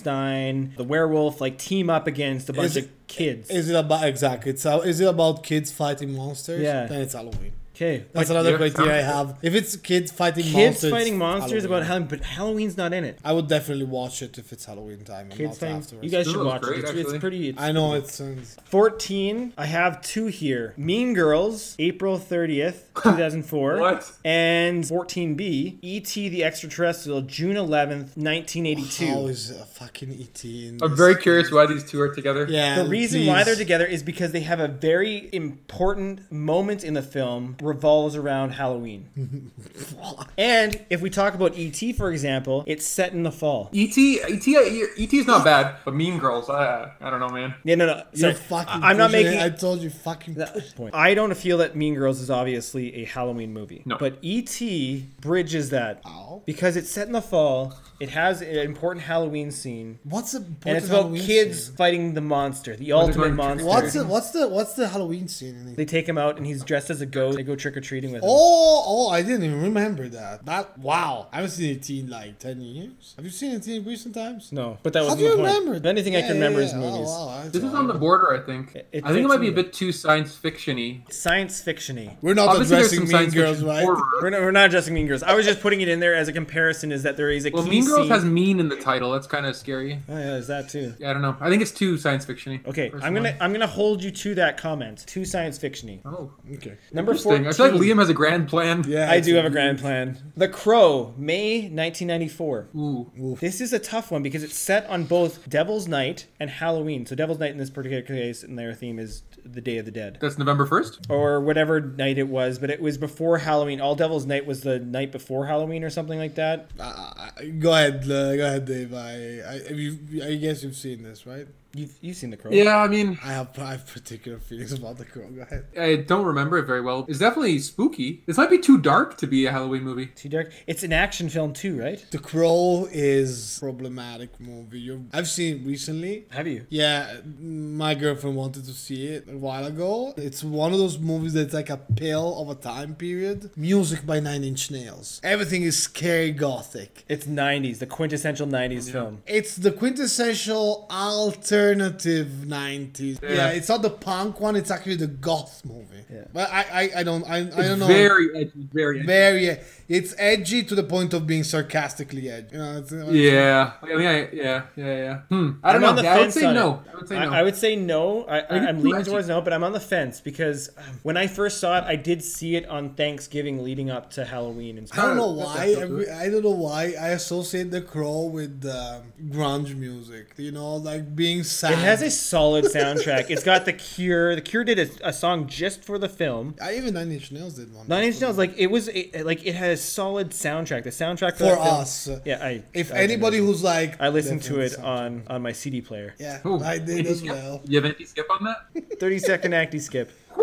B: Frankenstein, the werewolf, like team up against a bunch
A: Is it-
B: of kids.
A: Is it about exactly? It's uh, is it about kids fighting monsters?
B: Yeah.
A: Then it's Halloween.
B: okay.
A: That's another
C: yeah.
A: criteria I have. If it's kids fighting
B: Kids
A: monsters,
B: fighting
A: it's
B: monsters
A: Halloween.
B: about Halloween, but Halloween's not in it.
A: I would definitely watch it if it's Halloween time and
B: Kids
A: not
B: fighting.
A: afterwards.
B: You guys
C: This
B: should
C: one's
B: watch
C: great,
B: it. It's, it's
C: actually.
B: pretty. It's
A: I know it sounds.
B: 14. I have two here. Mean Girls,
A: (laughs)
B: April 30th, 2004.
C: What?
B: And 14B, E.T. the Extraterrestrial, June 11th, 1982.
A: How is a fucking ET in
C: I'm
A: this?
C: very curious why these two are together.
A: Yeah.
B: the reason why
A: please.
B: they're together is because they have a very important moment in the film revolves around
A: Hmm.
B: Halloween. and if we talk about E.T., for example, it's set in the fall.
C: ET, ET, ET E is not bad, but Mean Girls, I, I don't know, man.
B: Yeah, no, no.
A: You're
B: sorry.
A: fucking.
B: I- I'm not
A: pushing it.
B: making.
A: I told you, fucking. push-
B: that point. I don't feel that Mean Girls is obviously a Halloween movie.
C: No.
B: But E.T. bridges that
A: Ow.
B: because it's set in the fall. It has an important Halloween scene.
A: What's the
B: and it's about kids fighting the monster, the ultimate
C: going trick or
B: monster.
A: What's the what's the what's the Halloween scene? In
B: They
A: it?
B: take him out, and he's dressed as a ghost. They go trick or treating with him.
A: Oh, oh! I didn't even remember that. That wow! I haven't seen it in like ten years. Have you seen it in recent times?
B: No, but that
A: How
B: was
A: do you
B: the point.
A: remember?
B: If anything I
A: Yeah,
B: can
A: yeah,
B: remember
A: yeah.
B: is
A: Oh,
B: movies.
A: wow, that's
C: This is
A: all
C: on the
A: right.
C: border, I think.
B: It- it
C: I think it might be a
B: fits in.
C: bit too science fiction-y.
B: Science fictiony.
A: We're not
C: Obviously, there's
A: addressing
C: some
A: Mean
C: science
A: Girls,
C: fiction
A: right?
C: horror.
B: We're not, we're not addressing Mean Girls. I was just putting it in there as a comparison. Is that there is a
C: Well,
B: key
C: Mean Girls
B: scene-
C: has mean in the title. That's kind of scary.
B: Oh, yeah, there's that too.
C: Yeah, I don't know. I think it's too science fictiony.
B: Okay, I'm
C: personally.
B: gonna I'm gonna hold you to that comment. Too science fictiony.
C: Oh,
A: Okay.
B: Number
C: interesting.
B: four.
C: I feel like Liam has a grand plan.
A: Yeah,
B: I
A: it's
B: do have a grand plan. The Crow, May 1994.
C: Ooh.
B: This is a tough one because it's set on both Devil's Night and Halloween. So Devil's Night in this particular case, and their theme is the Day of the Dead.
C: That's November 1st?
B: or whatever night it was, but it was before Halloween. All Devil's Night was the night before Halloween or something like that.
A: Uh, go ahead, uh, go ahead, Dave. I, I, have you, I guess you've seen this, right?
B: You've, you've seen the crow.
C: Yeah, I mean,
A: I have, I have particular feelings about the girl. Go ahead.
C: I don't remember it very well. It's definitely spooky. This might be too dark to be a Halloween movie.
B: Too dark. It's an action film too, right?
A: The Crow is problematic movie. you I've seen it recently.
B: Have you?
A: Yeah, my girlfriend wanted to see it a while ago. It's one of those movies that's like a pill of a time period. Music by Nine Inch Nails. Everything is scary gothic.
B: It's 90s, the quintessential 90s film.
A: It's the quintessential alternative 90s. Yeah.
C: Yeah.
A: it's not the punk one, it's actually the goth movie.
B: Yeah.
A: But I, I, I don't I, I
C: It's
A: don't know.
C: very edgy, very edgy.
A: very it's edgy to the point of being sarcastically edgy. You know, it's, uh,
C: Yeah. I mean, I, yeah, yeah, yeah. Hmm. I don't
B: I'm on
C: know.
B: the
C: Yeah, I would
B: fence
C: say
B: on
C: no.
B: it.
C: I would say
B: I,
C: no.
B: I would say no. I, I,
C: think
B: I'm
C: it's
B: leaning
C: too
B: towards no, but I'm on the fence because um, when I first saw it, I did see it on Thanksgiving leading up to Halloween and
A: I
B: stuff.
A: don't know
C: That's
A: why.
C: not
A: every- I don't know why I associate the crow with um, grunge music. You know, like being sad.
B: It has a solid soundtrack. it's got The Cure. The Cure did a, a song just for the film.
A: I even Nine Inch Nails did one.
B: Nine Inch Nails, like it was, a, like it had a solid soundtrack. The soundtrack
A: for
B: that film-
A: us.
B: yeah. I
A: If
B: I
A: anybody
B: did it.
A: who's like,
B: I listened to it
A: Definitely
B: on on my CD player.
A: yeah,
C: Ooh,
A: I did
B: (laughs)
C: anti-skip?
A: as well.
C: You have anti skip on that?
B: Thirty second acty skip.
C: (laughs)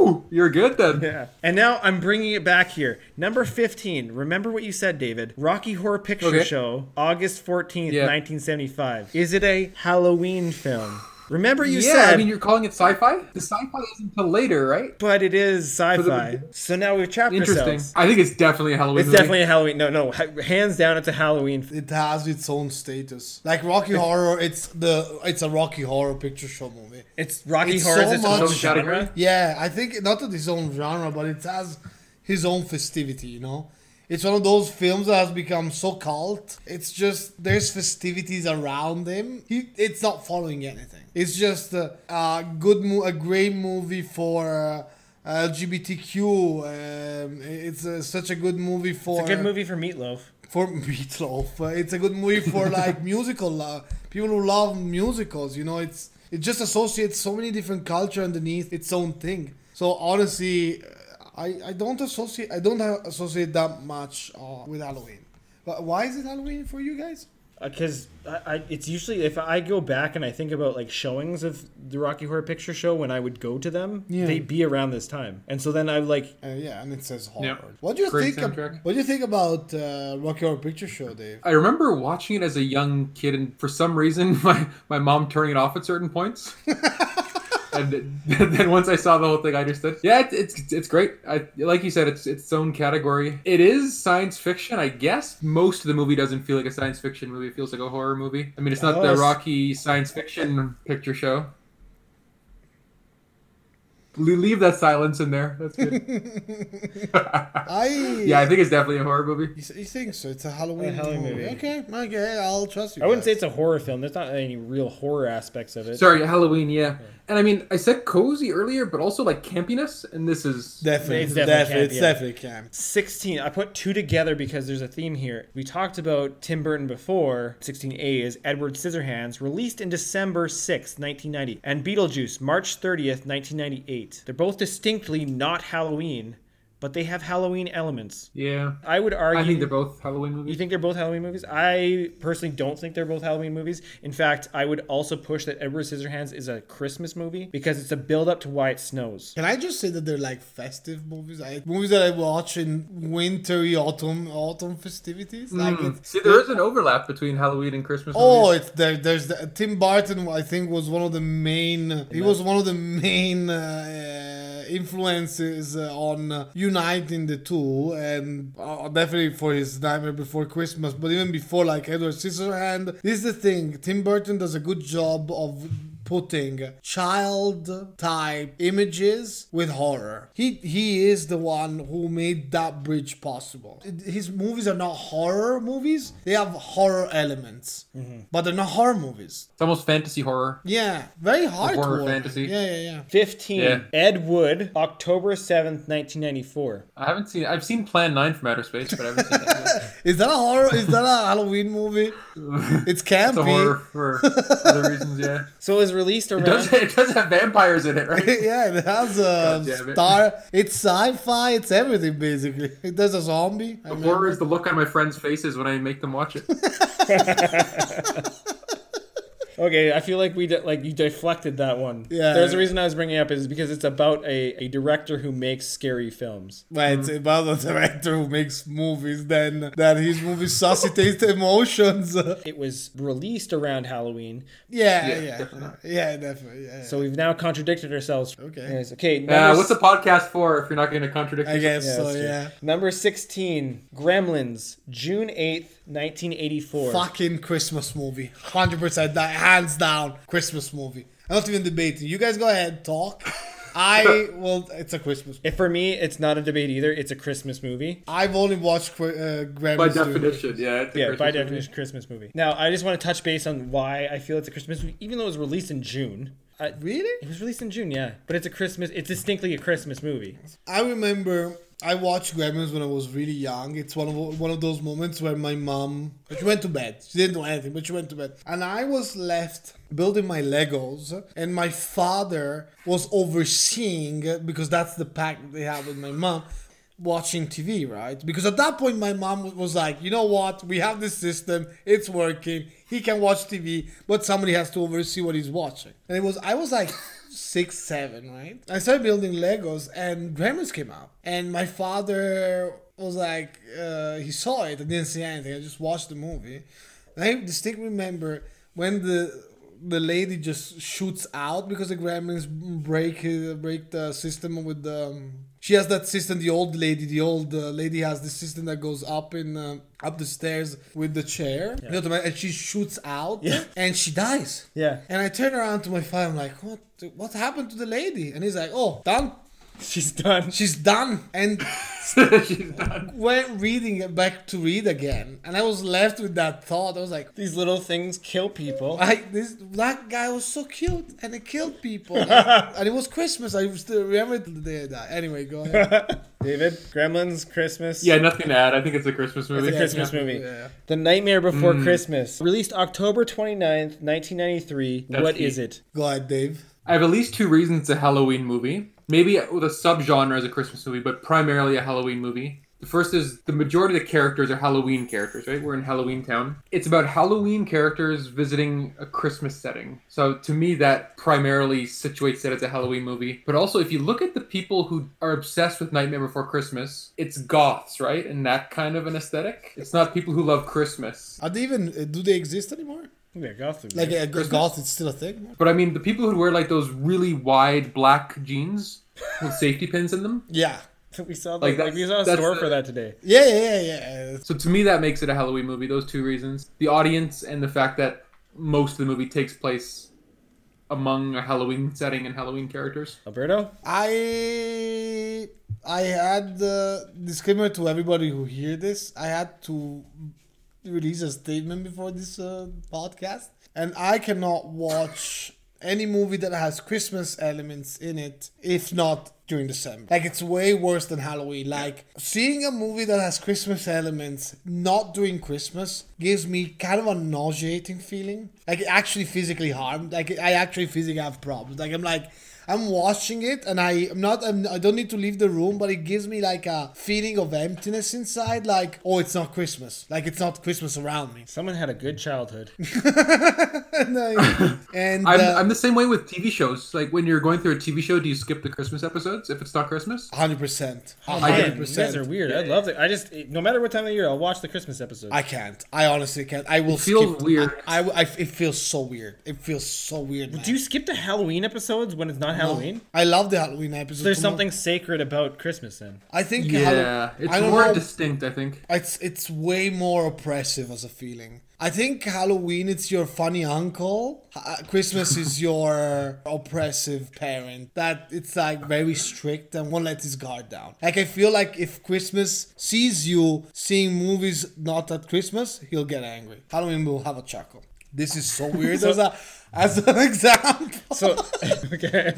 C: Woo! You're good then.
B: Yeah. And now I'm bringing it back here. Number fifteen. Remember what you said, David. Rocky Horror Picture
C: Okay.
B: Show, August fourteenth,
C: Yeah.
B: nineteen seventy five. Is it a Halloween film? Remember you
C: yeah,
B: said.
C: I mean, you're calling it sci-fi. The sci-fi isn't until later, right?
B: but it is
C: the-
B: sci-fi. So now we've trapped
C: Interesting.
B: ourselves.
C: I think it's definitely a Halloween.
B: It's
C: movie.
B: definitely a Halloween. No, no, ha- hands down, it's a Halloween. f-
A: It has its own status. Like Rocky Horror, it's the it's a Rocky Horror Picture Show movie.
B: It's Rocky
A: It's
B: Horror.
A: so
B: is its own
A: much-
B: genre.
A: Yeah, I think not that his own genre, but it has his own festivity, you know? It's one of those films that has become so cult. It's just there's festivities around him. He it's not following anything. It's just a, a good mo- a great movie for uh, LGBTQ. Um, it's uh, such a good movie for
B: It's a good movie for Meatloaf.
A: for (laughs) Meatloaf. Uh, It's a good movie for like (laughs) musical uh, people who love musicals. You know, it's it just associates so many different culture underneath its own thing. So honestly, uh, I I don't associate I don't have- associate that much uh, with Halloween. But why is it Halloween for you guys?
B: because Uh, I, I, it's usually if I go back and I think about like showings of the Rocky Horror Picture Show when I would go to them,
A: Yeah.
B: they'd be around this time, and so then I like
A: Uh, yeah, and it says horror.
C: Yeah.
A: What do you
C: Great
A: think? ab-
C: soundtrack.
A: what do you think about uh, Rocky Horror Picture Show, (laughs) Dave?
C: I remember watching it as a young kid, and for some reason, (laughs) my, my mom turning it off at certain points. and then- then once I saw the whole thing, I understood. Yeah, it, it's it's great. I, like you said, it's its own category. It is science fiction, I guess. Most of the movie doesn't feel like a science fiction movie. It feels like a horror movie. I mean, it's not
B: Oh,
C: the
B: that's-
C: Rocky science fiction picture show. Le- Leave that silence in there. That's
A: (laughs)
C: good. (laughs)
A: I
C: yeah, I think it's definitely a horror movie.
A: you, s- you think so? It's a Halloween,
B: Halloween
A: movie.
B: movie.
A: Okay, okay, I'll trust you.
B: I wouldn't say
A: guys.
B: it's a horror film. There's not any real horror aspects of it.
C: Sorry, Halloween, yeah. And I mean, I said cozy earlier, but also like campiness, and this is
A: definitely,
B: It's
A: it's
B: definitely
A: definitely,
B: camp,
A: it's
B: yeah.
A: definitely camp.
B: 16 i put two together because there's a theme here we talked about tim burton before 16a is edward scissorhands released in december 6 1990 and beetlejuice march 30th 1998 they're both distinctly not halloween but they have Halloween elements.
C: Yeah.
B: I would argue.
C: I think they're both Halloween
B: You
C: movies.
B: think they're both Halloween movies? I personally don't think they're both Halloween movies. In fact, I would also push that Edward Scissorhands is a Christmas movie because it's a build up to why it snows.
A: Can I just say that they're like festive movies? Like movies that I watch in wintry autumn autumn festivities. Like it's,
C: Hmm. See, there is an overlap between Halloween and Christmas.
A: oh,
C: movies.
A: it's there. There's the, Tim Burton. I think was one of the main. He was one of the main uh, influences uh, on uh, uniting the two, and uh, definitely for his Nightmare Before Christmas. But even before, like Edward Scissorhand. This is the thing. Tim Burton does a good job of putting child type images with horror. He he is the one who made that bridge possible. His movies are not horror movies. They have horror elements,
C: Mm-hmm.
A: but they're not horror movies.
C: it's almost fantasy horror.
A: Yeah, very hard
C: horror fantasy.
A: Yeah, yeah, yeah.
B: 15.
C: Yeah.
B: Ed Wood, October 7th, 1994.
C: I haven't seen. I've seen Plan Nine from Outer Space, but I haven't seen that. yet.
A: Is that a horror? is that a Halloween
C: (laughs)
A: movie? It's (laughs)
C: It's a
A: campy.
C: horror for other reasons. Yeah,
B: So it was released
C: it
B: around.
C: does. It does have vampires in
A: (laughs)
C: it, right?
A: yeah, it has a
C: God damn it.
A: star. It's sci-fi. It's everything basically. (laughs) There's a zombie. I mean-
C: Horror is the look on my friends' faces when I make them watch it.
B: (laughs) Okay, I feel like we de- like you deflected that one.
A: Yeah.
B: There's a reason I was bringing it up is because it's about a, a director who makes scary films.
A: But it's about a director who makes movies, then that his movies suscitate (laughs) emotions. yeah,
B: It was released around Halloween,
A: yeah,
C: Yeah,
A: yeah,
C: definitely.
A: yeah, definitely. Yeah,
B: so we've now contradicted ourselves.
A: Okay.
B: Anyways, okay.
C: Yeah,
B: number
C: what's the podcast for if you're not going to contradict?
A: I
C: yourself?
A: guess so.
B: that's true.
A: Yeah,
B: Number 16, Gremlins, June 8th, 1984.
A: fucking Christmas movie, hundred percent, that hands down Christmas movie. I'm not even debating. You guys go ahead, talk. I well, it's a Christmas.
B: If for me, it's not a debate either. It's a Christmas movie.
A: I've only watched Cri- uh, Gremlins.
C: By
A: during-
C: definition, yeah. it's a
B: Yeah, by
C: Christmas movie.
B: definition, Christmas movie. Now, I just want to touch base on why I feel it's a Christmas movie, even though it was released in June. I,
A: Really?
B: It was released in June, yeah. But it's a Christmas, it's distinctly a Christmas movie. (laughs)
A: I remember I watched Gremlins when I was really young. It's one of one of those moments where my mom she went to bed. She didn't do anything, but she went to bed, and I was left building my Legos, and my father was overseeing because that's the pact they have with my mom. Watching TV, right? Because at that point, my mom was like, you know what? We have this system, it's working. He can watch TV, but somebody has to oversee what he's watching. And it was, I was like, six, seven, right? I started building Legos and Gremlins came out. And my father was like, uh, he saw it. I didn't see anything. I just watched the movie. And I distinctly remember when the the lady just shoots out because the gremlins break uh, break the system with the. Um, she has that system. The old lady, the old uh, lady has the system that goes up in um up the stairs with the chair, You know what I mean? and she shoots out, and she dies.
B: Yeah.
A: And I turn around to my father. I'm like, what? What happened to the lady? And he's like, oh, done.
B: She's done.
A: She's done. And (coughs)
C: (laughs) She's not.
A: went reading it back to read again, and I was left with that thought. I was like,
B: These little things kill (laughs) people.
A: I, this black guy was so cute, and he killed (laughs) people, and it was Christmas. I still remember the day of that. Anyway, go ahead.
B: David, Gremlins, Christmas.
C: Yeah, nothing to add. I think it's a Christmas movie.
B: It's a Christmas
C: Yeah. Mm.
B: movie.
A: Yeah.
B: The Nightmare Before Christmas. Released October 29th, 1993. What is
C: That's key.
A: (laughs)
B: it?
A: go ahead, Dave.
C: I have at least two reasons it's a Halloween movie. Maybe with a subgenre as a Christmas movie, but primarily a Halloween movie. The first is the majority of the characters are Halloween characters, right? We're in Halloween Town. It's about Halloween characters visiting a Christmas setting. So to me, that primarily situates that as a Halloween movie. But also, if you look at the people who are obsessed with Nightmare Before Christmas, it's goths, right? And that kind of an aesthetic. It's not people who love Christmas.
A: Are they even? uh, Do they exist anymore?
B: Yeah, Gotham.
A: Like a, a goth, it's still a thing.
C: But I mean, the people who wear like those really wide black jeans with safety pins in them.
A: Yeah,
B: (laughs) we saw
C: Like,
B: like we
C: that's-
B: saw a
C: that's
B: store
C: the-
B: for that today.
A: yeah, yeah, yeah. yeah.
C: So to me, that makes it a Halloween movie. Those two reasons: the audience and the fact that most of the movie takes place among a Halloween setting and Halloween characters.
B: Alberto?
A: I I had the disclaimer to everybody who hear this. I had to release a statement before this uh, podcast, and I cannot watch any movie that has Christmas elements in it if not during December. Like it's way worse than Halloween. Like seeing a movie that has Christmas elements not during Christmas gives me kind of a nauseating feeling. Like it actually physically harmed. Like I actually physically have problems. Like I'm like I'm watching it and I am not I'm, I don't need to leave the room, but it gives me like a feeling of emptiness inside. Like oh, it's not Christmas. Like it's not Christmas around me. (laughs)
B: Someone had a good
C: (laughs)
B: childhood.
A: and I, and,
C: I'm,
A: uh,
C: I'm the same way with TV shows. Like when you're going through a TV show, do you skip the Christmas episodes if it's not Christmas?
A: 100%.
C: I
B: Oh, Man,
C: did.
B: you guys are
A: 100%.
B: weird. I love it. I just no matter what time of the year, I'll watch the Christmas episode.
A: I can't. I honestly can't. I will
C: feels
A: skip.
C: weird.
A: I, I- I- it feels so weird. It feels so weird. Man.
B: Do you skip the Halloween episodes when it's not Halloween?
A: I love the Halloween episode.
B: There's
A: too much.
B: something sacred about Christmas then.
A: I think.
C: Yeah,
A: Hallow-
C: it's
A: I don't
C: more
A: know.
C: distinct, I think.
A: It's it's way more oppressive as a feeling. I think Halloween it's your funny uncle. Ha- uh, Christmas
B: (laughs)
A: is your oppressive parent that it's like very strict and won't let his guard down. Like I feel like if Christmas sees you seeing movies not at Christmas, he'll get angry. Halloween will have a chuckle. This is
B: (laughs)
A: so weird as a as an (laughs) example.
B: So (laughs) okay.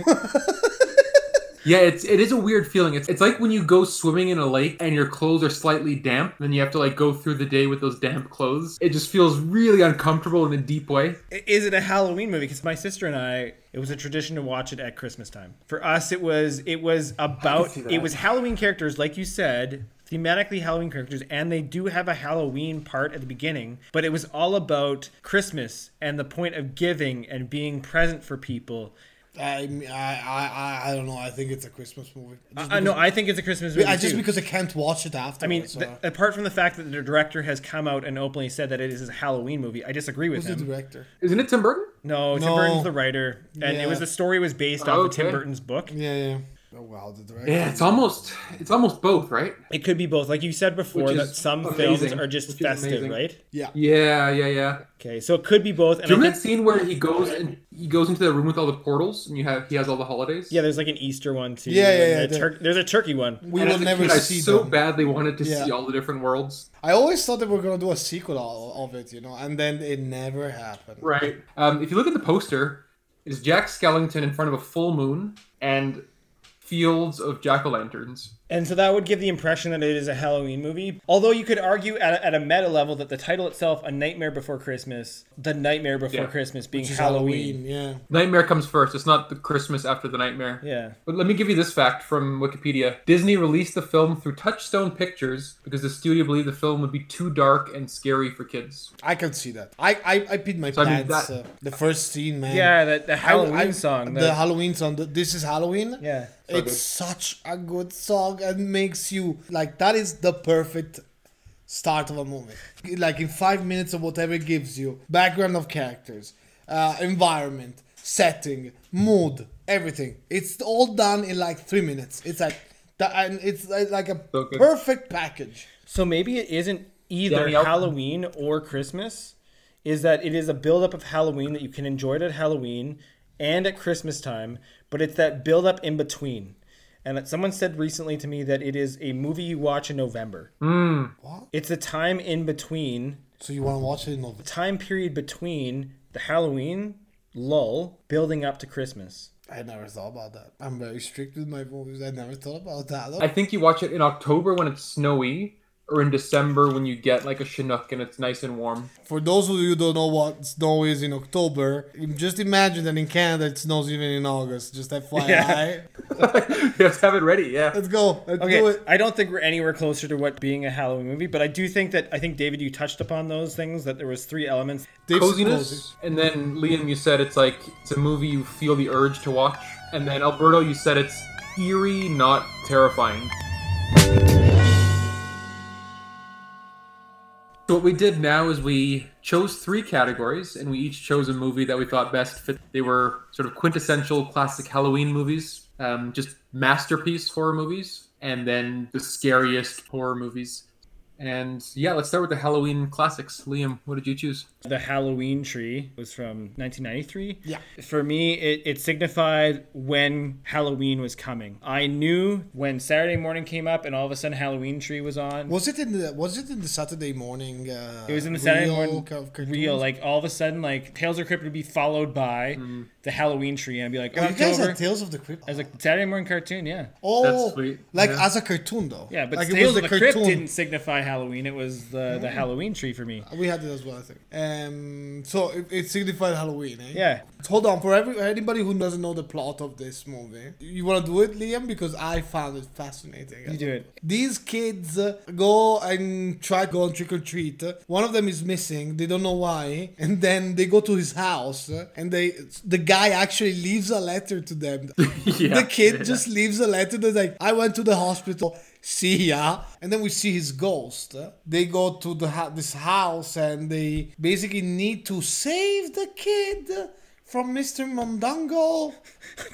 C: Yeah, it's it is a weird feeling. It's it's like when you go swimming in a lake and your clothes are slightly damp, then you have to like go through the day with those damp clothes. It just feels really uncomfortable in a deep way.
B: Is it a Halloween movie? Because my sister and I, it was a tradition to watch it at Christmas time. For us, it was it was about
C: see
B: it
C: that.
B: was Halloween characters, like you said, thematically Halloween characters, and they do have a Halloween part at the beginning. But it was all about Christmas and the point of giving and being present for people.
A: I I I, I don't know. I think it's a Christmas movie. Just
B: I know. I think it's a Christmas movie.
A: because, I, just
B: too.
A: because I can't watch it after.
B: I mean, th- apart from the fact that the director has come out and openly said that it is a Halloween movie, I disagree with
A: who's the
B: him.
A: director?
C: Isn't it Tim Burton?
B: No, Tim
A: No.
B: Burton's the writer, and
A: Yeah.
B: it was the story was based off of Tim
C: Okay.
B: Burton's book.
A: Yeah, yeah. Oh wow, the director.
C: Yeah, it's almost it's almost both, right?
B: It could be both, like you said before,
C: Which
B: that
C: is
B: some films
C: amazing.
B: are just
C: Which is
B: festive,
C: amazing.
B: right?
A: Yeah.
C: Yeah, yeah, yeah.
B: Okay, so it could be both. And
C: Do you
B: I think,
C: remember that scene where he goes and he goes into the room with all the portals and you have he has all the holidays?
B: yeah, there's like an Easter one too.
A: Yeah, yeah,
B: and
A: yeah,
B: a
A: the-
B: Tur- there's a turkey one.
A: We
C: And
A: will
C: as a
A: never
C: kid, I
A: see
C: so
A: them.
C: badly wanted to
A: Yeah.
C: see all the different worlds.
A: I always thought they were gonna do a sequel o- of it, you know, and then it never happened.
C: Right. Um, if you look at the poster, it's Jack Skellington in front of a full moon and fields of jack o' lanterns.
B: And so that would give the impression that it is a Halloween movie. Although you could argue at a, at a meta level that the title itself, A Nightmare Before Christmas, The Nightmare Before
C: Yeah.
B: Christmas being
A: Which is
B: Halloween.
A: Halloween. yeah.
C: Nightmare comes first. It's not the Christmas after the nightmare.
B: Yeah.
C: But let me give you this fact from Wikipedia. Disney released the film through Touchstone Pictures because the studio believed the film would be too dark and scary for kids.
A: I can see that. I I, I peed my
C: So, I mean,
A: pants.
C: that-
A: uh, the first scene, man.
B: Yeah, that the
A: I-
B: Halloween
A: I-
B: song.
A: The,
B: the-
A: Halloween song. The, this is Halloween.
B: yeah.
A: it's such a good song and makes you like that is the perfect start of a movie like in five minutes of whatever it gives you background of characters uh, environment setting mood everything it's all done in like three minutes it's like that and it's like like a
C: So good.
A: perfect package
B: So maybe it isn't either
C: Danny Elfman.
B: Halloween or Christmas. Is that it is a buildup of Halloween that you can enjoy it at Halloween and at Christmas time, but it's that buildup in between. And that someone said recently to me that it is a movie you watch in November.
A: What?
B: It's a time in between,
A: so you want to watch it in November?
B: time period between the Halloween lull building up to Christmas.
A: i never thought about that i'm very strict with my movies i never thought about
C: I
A: that
C: think you watch it in October when it's snowy or in December when you get like a Chinook and it's nice and (laughs) warm.
A: for those of you who don't know what snow is in october just imagine that in canada it snows even in august
B: (laughs)
A: just fyi
B: Yeah.
C: you have to have it ready, yeah.
A: Let's go. Let's do
B: Okay,
A: it.
B: I don't think we're anywhere closer to what being a Halloween movie, but I do think that I think David, you touched upon those things that there was three elements.
A: Dave's cozy.
C: Coziness. And then Liam, you said it's like it's a movie you feel the urge to watch. And then Alberto, you said it's eerie, not terrifying. So what we did now is we chose three categories, and we each chose a movie that we thought best fit. They were sort of quintessential classic Halloween movies, um, just masterpiece horror movies, and then the scariest horror movies. And yeah, let's start with the Halloween classics. Liam, what did you choose?
B: The Halloween tree was from 1993.
A: Yeah.
B: For me, it, it signified when Halloween was coming. I knew when Saturday morning came up and all of a sudden Halloween tree was on.
A: Was it in the Was it in the Saturday morning? Uh,
B: It was in the Saturday
A: real
B: morning
A: kind of cartoons?
B: real. Like all of a sudden, like Tales of the Crypt would be followed by the Halloween tree, and I'd be like,
A: Mm-hmm. Oh, you guys
B: October.
A: had Tales of the Crypt.
B: I was like, Saturday morning cartoon, yeah,
A: oh,
C: That's sweet.
A: like
C: Yeah.
A: as a Mm. cartoon though.
B: yeah. But
A: like
B: Tales of the Crypt didn't signify Halloween. It was the, the Halloween tree for me.
A: We had it as well, I think. Um, so it, it signified Halloween, eh?
B: Yeah.
A: Hold on, for every, anybody who doesn't know the plot of this movie, you want to do it, Liam? Because I found it fascinating.
B: You do it.
A: These kids uh, go and try to go on trick or treat. One of them is missing. They don't know why. And then they go to his house, uh, and they the guy actually leaves a letter to them.
C: (laughs) Yeah.
A: the kid just leaves a letter that's like, "I went to the hospital." See ya, and then we see his ghost. They go to the ha- this house, and they basically need to save the kid from Mr. Mondongo.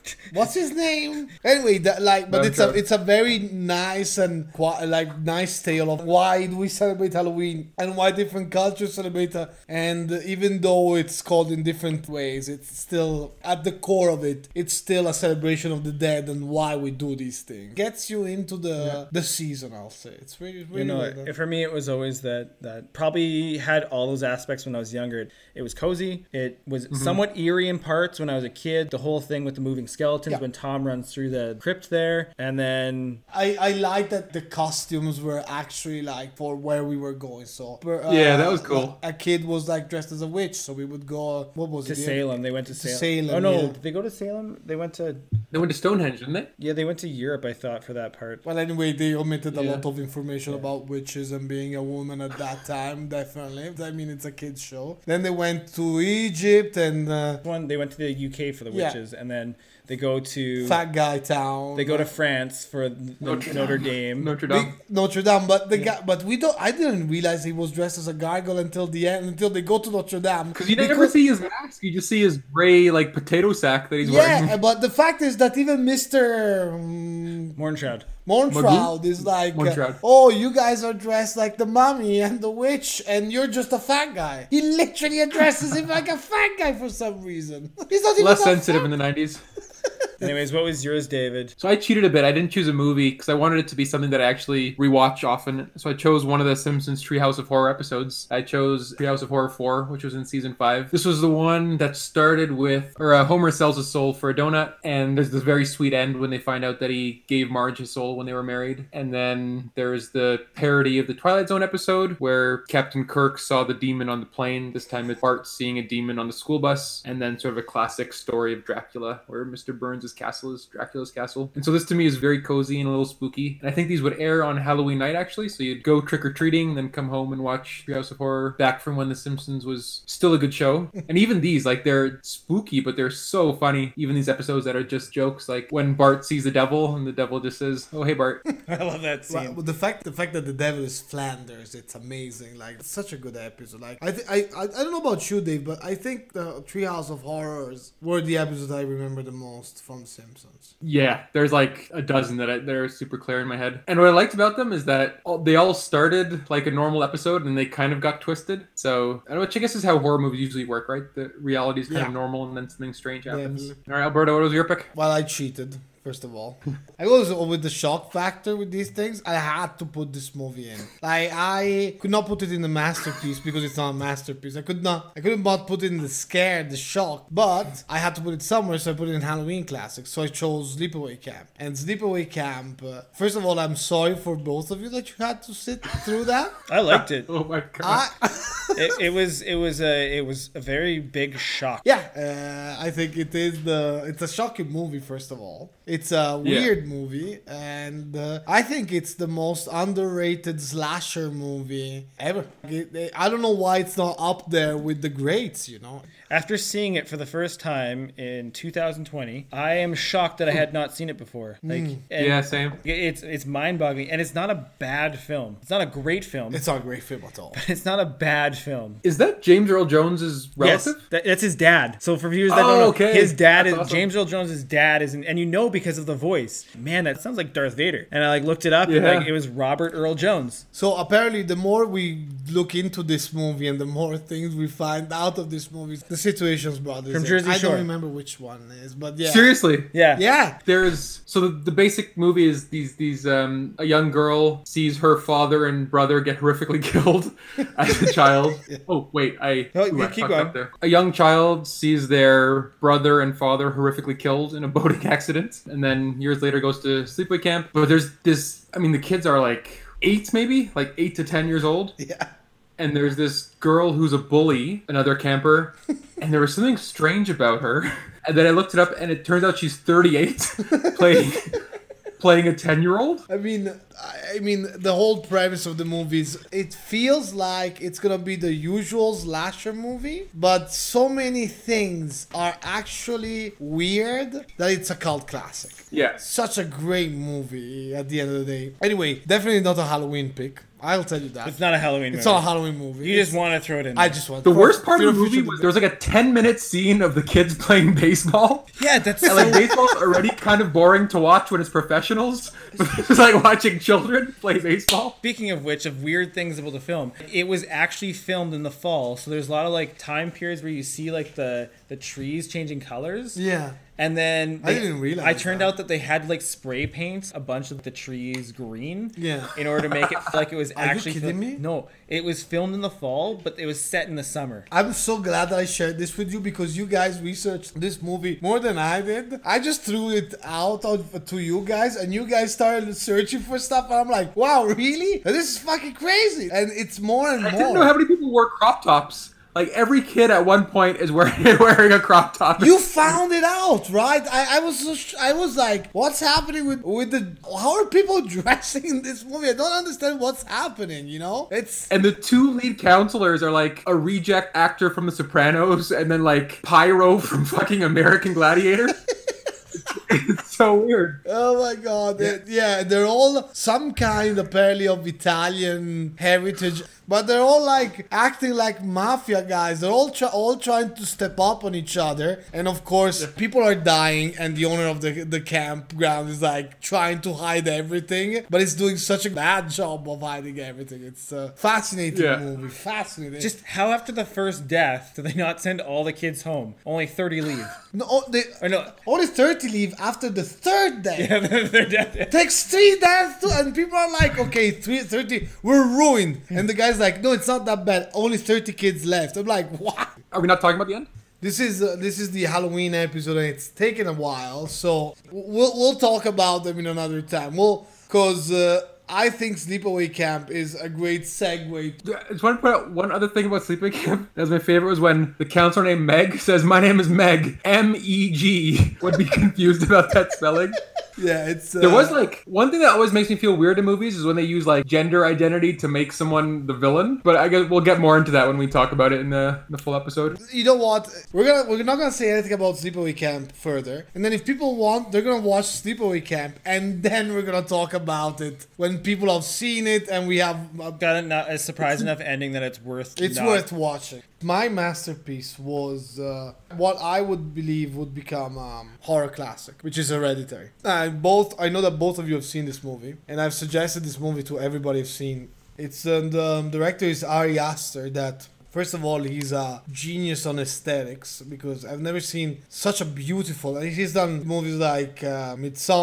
B: (laughs)
A: What's his name? Anyway, that like, but
C: I'm
A: it's a
C: sure.
A: it's a very nice and qui- like nice tale of why do we celebrate Halloween and why different cultures celebrate. it. And even though it's called in different ways, it's still at the core of it. It's still a celebration of the dead and why we do these things. Gets you into the the season. I'll say it's really really
B: You know,
A: well done.
B: it- for me, it was always that that probably had all those aspects when I was younger. It, it was cozy. It was
A: Mm-hmm.
B: somewhat eerie in parts when I was a kid. The whole thing with the moving skeletons
A: Yeah.
B: when Tom runs through the crypt there, and then
A: I, I like that the costumes were actually like for where we were going. So uh,
C: Yeah, that was cool.
A: A kid was like dressed as a witch, so we would go. What was
B: to
A: it?
B: Salem. They went to Salem.
A: Salem,
B: oh no,
A: yeah.
B: did they go to Salem. They went to
C: They went to Stonehenge, didn't they?
B: yeah, they went to Europe. I thought for that part.
A: Well, anyway, they omitted a
C: Yeah.
A: lot of information about witches and being a woman at that time. Definitely, I mean, it's a kids show. Then they went to Egypt and uh,
B: One, they went to the UK for the
A: Yeah.
B: witches, and then they go to
A: Fat Guy Town.
B: they go to France for Notre,
C: (laughs) Notre
B: Notre Dame.
C: Notre
A: Big
C: Dame.
A: Notre Dame, but the guy, but we don't. I didn't realize he was dressed as a gargoyle until the end, until they go to Notre Dame.
C: Because you never see his mask, you just see his gray like potato sack that he's wearing.
A: Yeah, but the fact is that even Mr. um,
B: Mornshroud.
A: Montroud is like,
C: Montroud.
A: uh, oh, you guys are dressed like the mummy and the witch, and you're just a fat guy. He literally addresses him like a fat guy for some reason. (laughs) He's not even
C: Less
A: that
C: sensitive
A: fat.
C: in the 90s.
B: Anyways, what was yours, David? (laughs)
C: So I cheated a bit. I didn't choose a movie because I wanted it to be something that I actually rewatch often. So I chose one of the Simpsons Treehouse of Horror episodes. I chose Treehouse of Horror 4, which was in season 5. This was the one that started with, or uh, Homer sells his soul for a donut, and there's this very sweet end when they find out that he gave Marge his soul when they were married. And then there's the parody of the Twilight Zone episode where Captain Kirk saw the demon on the plane. This time it's Bart seeing a demon on the school bus, and then sort of a classic story of Dracula where Mr. Burns' castle is Dracula's castle. And so this to me is very cozy and a little spooky. And I think these would air on Halloween night actually. So you'd go trick or treating, then come home and watch Treehouse of Horror back from when The Simpsons was still a good show. and even these, like they're spooky, but they're so funny. Even these episodes that are just jokes, like when Bart sees the devil and the devil just says, "Oh hey Bart."
B: I love that scene.
A: Well, the fact the fact that the devil is Flanders, it's amazing. Like it's such a good episode. Like I th- I, I I don't know about you, Dave, but I think the Treehouse of Horrors were the episodes I remember the most from Simpsons.
C: Yeah, there's like a dozen that, I, that are super clear in my head. And what I liked about them is that all, they all started like a normal episode and they kind of got twisted. So, and which I guess is how horror movies usually work, right? The reality is kind
A: Yeah.
C: of normal and then something strange happens.
A: Definitely.
C: All right, Alberto, what was your pick?
A: Well, I cheated, first of all. I was with the shock factor with these things. I had to put this movie in. Like I could not put it in the masterpiece because it's not a masterpiece. I could not. I couldn't not put it in the scare, the shock. But I had to put it somewhere, so I put it in Halloween classics. So I chose Sleepaway Camp. And Sleepaway Camp. Uh, first of all, I'm sorry for both of you that you had to sit through that.
B: I liked it.
C: Oh my god.
A: I.
B: it. It was it was a it was a very big shock.
A: Yeah, uh, I think it is the. It's a shocking movie. First of all, it's a
C: Yeah.
A: weird movie, and uh, I think it's the most underrated slasher movie ever. It- it- I don't know why it's not up there with the greats. You know,
B: After seeing it for the first time in 2020, I am shocked that I had not seen it before. Like and
C: yeah, same.
B: It's it's mind-boggling and it's not a bad film. It's not a great film. It's,
A: it's not a great film at all.
B: not a bad film.
C: Is that James Earl Jones's relative?
B: Yes, that, that's his dad. So for viewers that
C: Oh,
B: don't know,
C: okay.
B: his dad
C: That's
B: is
C: awesome.
B: James Earl Jones' dad is, in, and you know because of the voice. Man, that sounds like Darth Vader. And I like looked it up, and
C: Yeah.
B: like it was Robert Earl Jones.
A: So apparently, the more we look into this movie and the more things we find out of this movie, the Situations Brothers
B: From
A: is-
B: Jersey
A: I
B: Shore.
A: don't remember which one it is, but yeah,
C: Seriously.
B: Yeah,
A: yeah.
C: There's so the, the basic movie is these these um a young girl sees her father and brother get horrifically (laughs) killed as
B: (laughs)
C: a child. Oh wait, I,
B: No,
C: ooh,
B: you
C: I
B: keep
C: fucked
B: going.
C: up there. A young child sees their brother and father horrifically killed in a (laughs) boating accident, and then years later goes to sleepaway camp. But there's this. I mean, the kids are like eight, maybe like eight to ten years old.
A: Yeah.
C: and there's this girl who's a bully, another camper, and there was something strange about her. And then I looked it up, and it turns out she's 38, playing playing a 10 year old.
A: I mean, I I mean, the whole premise of the movie is it feels like it's gonna be the usual slasher movie, but so many things are actually weird that it's a cult classic.
C: Yes.
A: Such a great movie at the end of the day. Anyway, definitely not a Halloween pick. I'll tell you that.
B: It's not a Halloween
A: It's
B: movie.
A: not a Halloween movie.
B: you
A: It's-
B: just want to throw it in.
A: I
B: there.
A: just want
C: The worst part of the
A: Fear
C: movie
A: Future
C: was there was like a 10 minute scene of the kids playing baseball.
B: yeah, that's
C: And like baseball's already kind of boring to watch when it's professionals. (laughs) it's like watching children play baseball.
B: Speaking of which, of weird things able to film, it was actually filmed in the fall, so there's a lot of like time periods where you see like the the trees changing colors.
A: Yeah.
B: And then
A: I didn't realize
B: I turned
A: that.
B: out that they had like spray paint a bunch of the trees green.
A: Yeah.
B: In order to make it feel
A: (laughs)
B: like it was
A: you
B: actually.
A: kidding me?
B: No, it was filmed in the fall, but it was set in the summer.
A: I'm so glad that I shared this with you because you guys researched this movie more than I did. I just threw it out on, to you guys, and you guys started searching for stuff, and I'm like, wow, really? This is fucking crazy. And it's more and
C: I
A: more.
C: didn't know how many people wore crop tops. Like every kid at one point is wearing (laughs) wearing a crop top.
A: you found it out, right? I, I was so sh- I was like, what's happening with with the how are people (laughs) dressing in this movie? I don't understand what's happening. You know, it's
C: And the two lead counselors are like a reject actor from The Sopranos and then like Pyro from fucking American Gladiator. it's so weird.
A: Oh my god. Yeah. yeah, they're all some kind apparently of Italian heritage, but they're all like acting like mafia guys. They're all try- all trying to step up on each other. And of course, people are dying and the owner of the the campground is like trying to hide everything, but it's doing such a bad job of hiding everything. It's a fascinating
C: Yeah.
A: movie. Fascinating.
B: Just how after the first death do they not send all the kids home? Only 30 leave.
A: no, oh, they,
B: Or no, (laughs)
A: only 30 leave after the third day.
B: their death.
A: takes three deaths too, and people are like, okay, three, 30, we're ruined. And the guy's like, no, it's not that bad. Only 30 kids left. I'm like, what?
C: Are we not talking about the end?
A: This is uh, this is the Halloween episode, and it's taken a while, so we'll we'll talk about them in another time. Well, because uh, I think Sleepaway Camp is a great segue.
C: I just want to put out one other thing about Sleeping Camp. That was my favorite was when the counselor named Meg says, My name is Meg. M E G. Would be confused about that spelling.
A: Yeah, it's uh,
C: There was like one thing that always makes me feel weird in movies is when they use like gender identity to make someone the villain. But I guess we'll get more into that when we talk about it in the, the full episode.
A: you know what? We're gonna we're not gonna say anything about Sleepaway Camp further. And then if people want, they're gonna watch Sleepaway Camp, and then we're gonna talk about it when people have seen it, and we have uh, a
B: Got a, not a surprise enough ending that it's worth.
A: It's
B: not-
A: worth watching. My masterpiece was uh, what I would believe would become um, horror classic, which is Hereditary. I both I know that both of you have seen this movie, and I've suggested this movie to everybody I've seen. It's um, the um, director is Ari Aster. That first of all, he's a genius on aesthetics because I've never seen such a beautiful. And he's done movies like uh,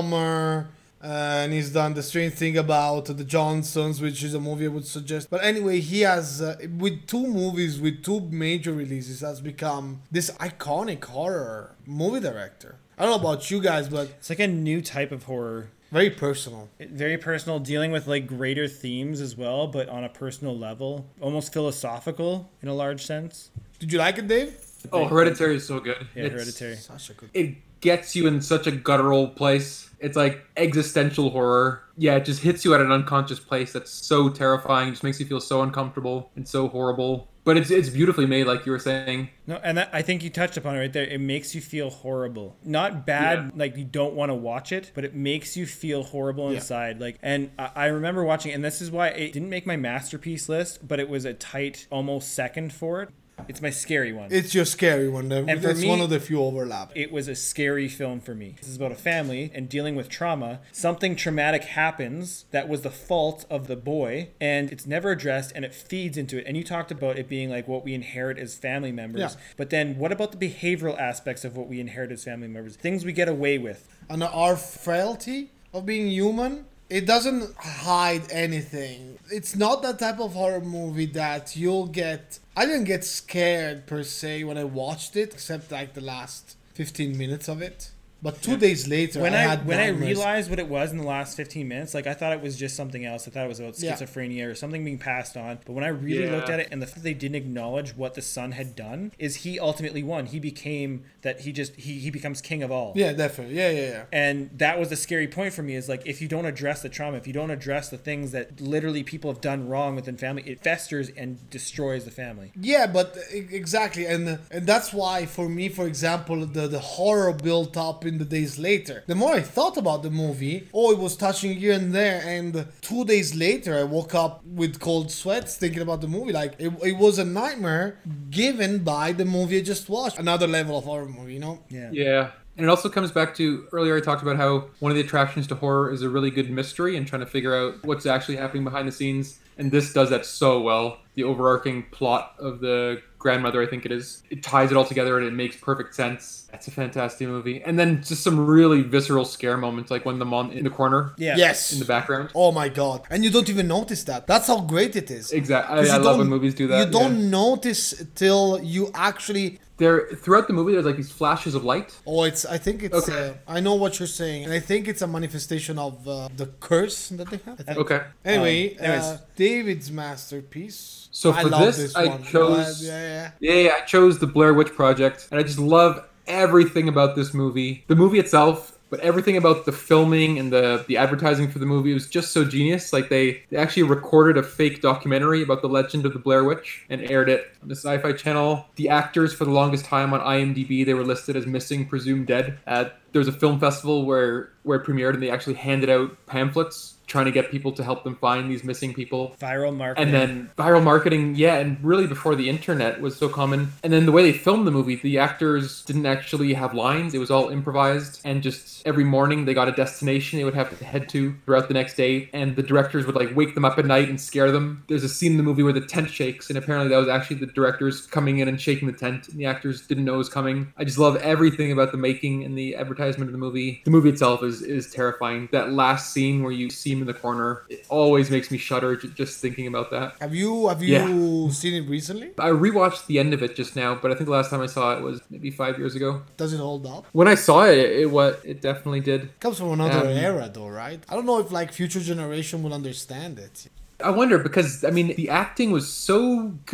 A: Midsummer, uh, and he's done the strange thing about the Johnsons, which is a movie I would suggest. But anyway, he has uh, with two movies, with two major releases, has become this iconic horror movie director. I don't know about you guys, but
B: It's like a new type of horror.
A: very personal.
B: very personal, dealing with like greater themes as well, but on a personal level, almost philosophical in a large sense.
A: Did you like it, Dave?
C: Oh, Hereditary is so good.
B: Yeah,
C: It's-
B: hereditary.
A: Such a good.
C: It gets you in such a guttural place. It's like existential horror. Yeah, it just hits you at an unconscious place that's so terrifying. It just makes you feel so uncomfortable and so horrible. But it's it's beautifully made, like you were saying.
B: No, and that, I think you touched upon it right there. It makes you feel horrible. Not bad,
C: Yeah.
B: like you don't want to watch it, but it makes you feel horrible inside. Like, and I, I remember watching, and this is why it didn't make my masterpiece list, but it was a tight, almost second for it. It's my scary one.
A: It's your scary one. Though.
B: And for
A: That's
B: me-
A: one of the few overlap.
B: it was a scary film for me. This is about a family and dealing with trauma. Something traumatic happens that was the fault of the boy, and it's never addressed, and it feeds into it. And you talked about it being like what we inherit as family members.
A: Yeah.
B: But then, what about the behavioral aspects of what we inherit as family members? Things we get away with.
A: and our frailty of being human. It doesn't hide anything. It's not that type of horror movie that you'll get. I didn't get scared per se when I watched it, except like the last 15 minutes of it. But two days later,
B: when
A: I,
B: I
A: had
B: when I
A: nightmares.
B: realized what it was in the last 15 minutes, like I thought it was just something else. I thought it was about
A: Yeah.
B: schizophrenia or something being passed on. But when I really
C: Yeah.
B: looked at it and the fact that they didn't acknowledge what the son had done, is he ultimately won. He became that he just he he becomes king of all.
A: yeah, definitely, yeah, yeah, yeah.
B: And that was the scary point for me is like if you don't address the trauma, if you don't address the things that literally people have done wrong within family, it festers and destroys the family.
A: Yeah, but e- exactly, and and that's why for me, for example, the the horror built up in the days later. The more I thought about the movie, oh, it was touching here and there, and two days later, I woke up with cold sweats thinking about the movie. Like it, it was a nightmare given by the movie I just watched. Another level of horror movie, you know?
B: Yeah.
C: Yeah. And it also comes back to earlier I talked about how one of the attractions to horror is a really good mystery and trying to figure out what's actually happening behind the scenes. And this does that so well. The overarching plot of the grandmother, I think it is, it ties it all together and it makes perfect sense. That's a fantastic movie. And then just some really visceral scare moments, like when the mom in the corner
B: Yeah.
A: Yes.
C: in the background.
A: Oh my god! And you don't even notice that. That's how great it is.
C: Exactly.
A: 'Cause
C: I, I
A: you
C: love when
A: don't-
C: movies do that.
A: You
C: yeah.
A: don't notice till you actually
C: There throughout the movie there's like these flashes of light.
A: Oh, it's. I think it's.
C: Okay.
A: Uh, I know what you're saying, and I think it's a manifestation of uh, the curse that they have. I think.
C: Okay.
A: Anyway,
B: Um, anyways.
A: uh, David's masterpiece.
C: So
A: I
C: for
A: love
C: this, I
A: one.
C: chose-
A: Yeah, yeah.
C: Yeah, yeah, I chose the Blair Witch Project, and I just love everything about this movie. The movie itself, but everything about the filming and the the advertising for the movie was just so genius. Like they, they actually recorded a fake documentary about the legend of the Blair Witch and aired it on the Sci-Fi Channel. The actors, for the longest time on IMDb, they were listed as missing, presumed dead. At there was a film festival where where it premiered, and they actually handed out pamphlets trying to get people to help them find these missing people
B: Viral marketing.
C: and then viral marketing yeah and really before the internet was so common and then the way they filmed the movie the actors didn't actually have lines it was all improvised and just every morning they got a destination they would have to head to throughout the next day and the directors would like wake them up at night and scare them there's a scene in the movie where the tent shakes and apparently that was actually the directors coming in and shaking the tent and the actors didn't know it was coming i just love everything about the making and the advertisement of the movie the movie itself is is terrifying that last scene where you see him in the corner it always makes me shudder ju- just thinking about that
A: Have you have you seen it recently?
C: I rewatched the end of it just now, but I think the last time I saw it was maybe five years ago.
A: Does it hold up?
C: When I saw it, it, it what it definitely did.
A: Comes from another
C: Um,
A: era, though, right? I don't know if like future generation will understand it.
C: I wonder because I mean the acting was so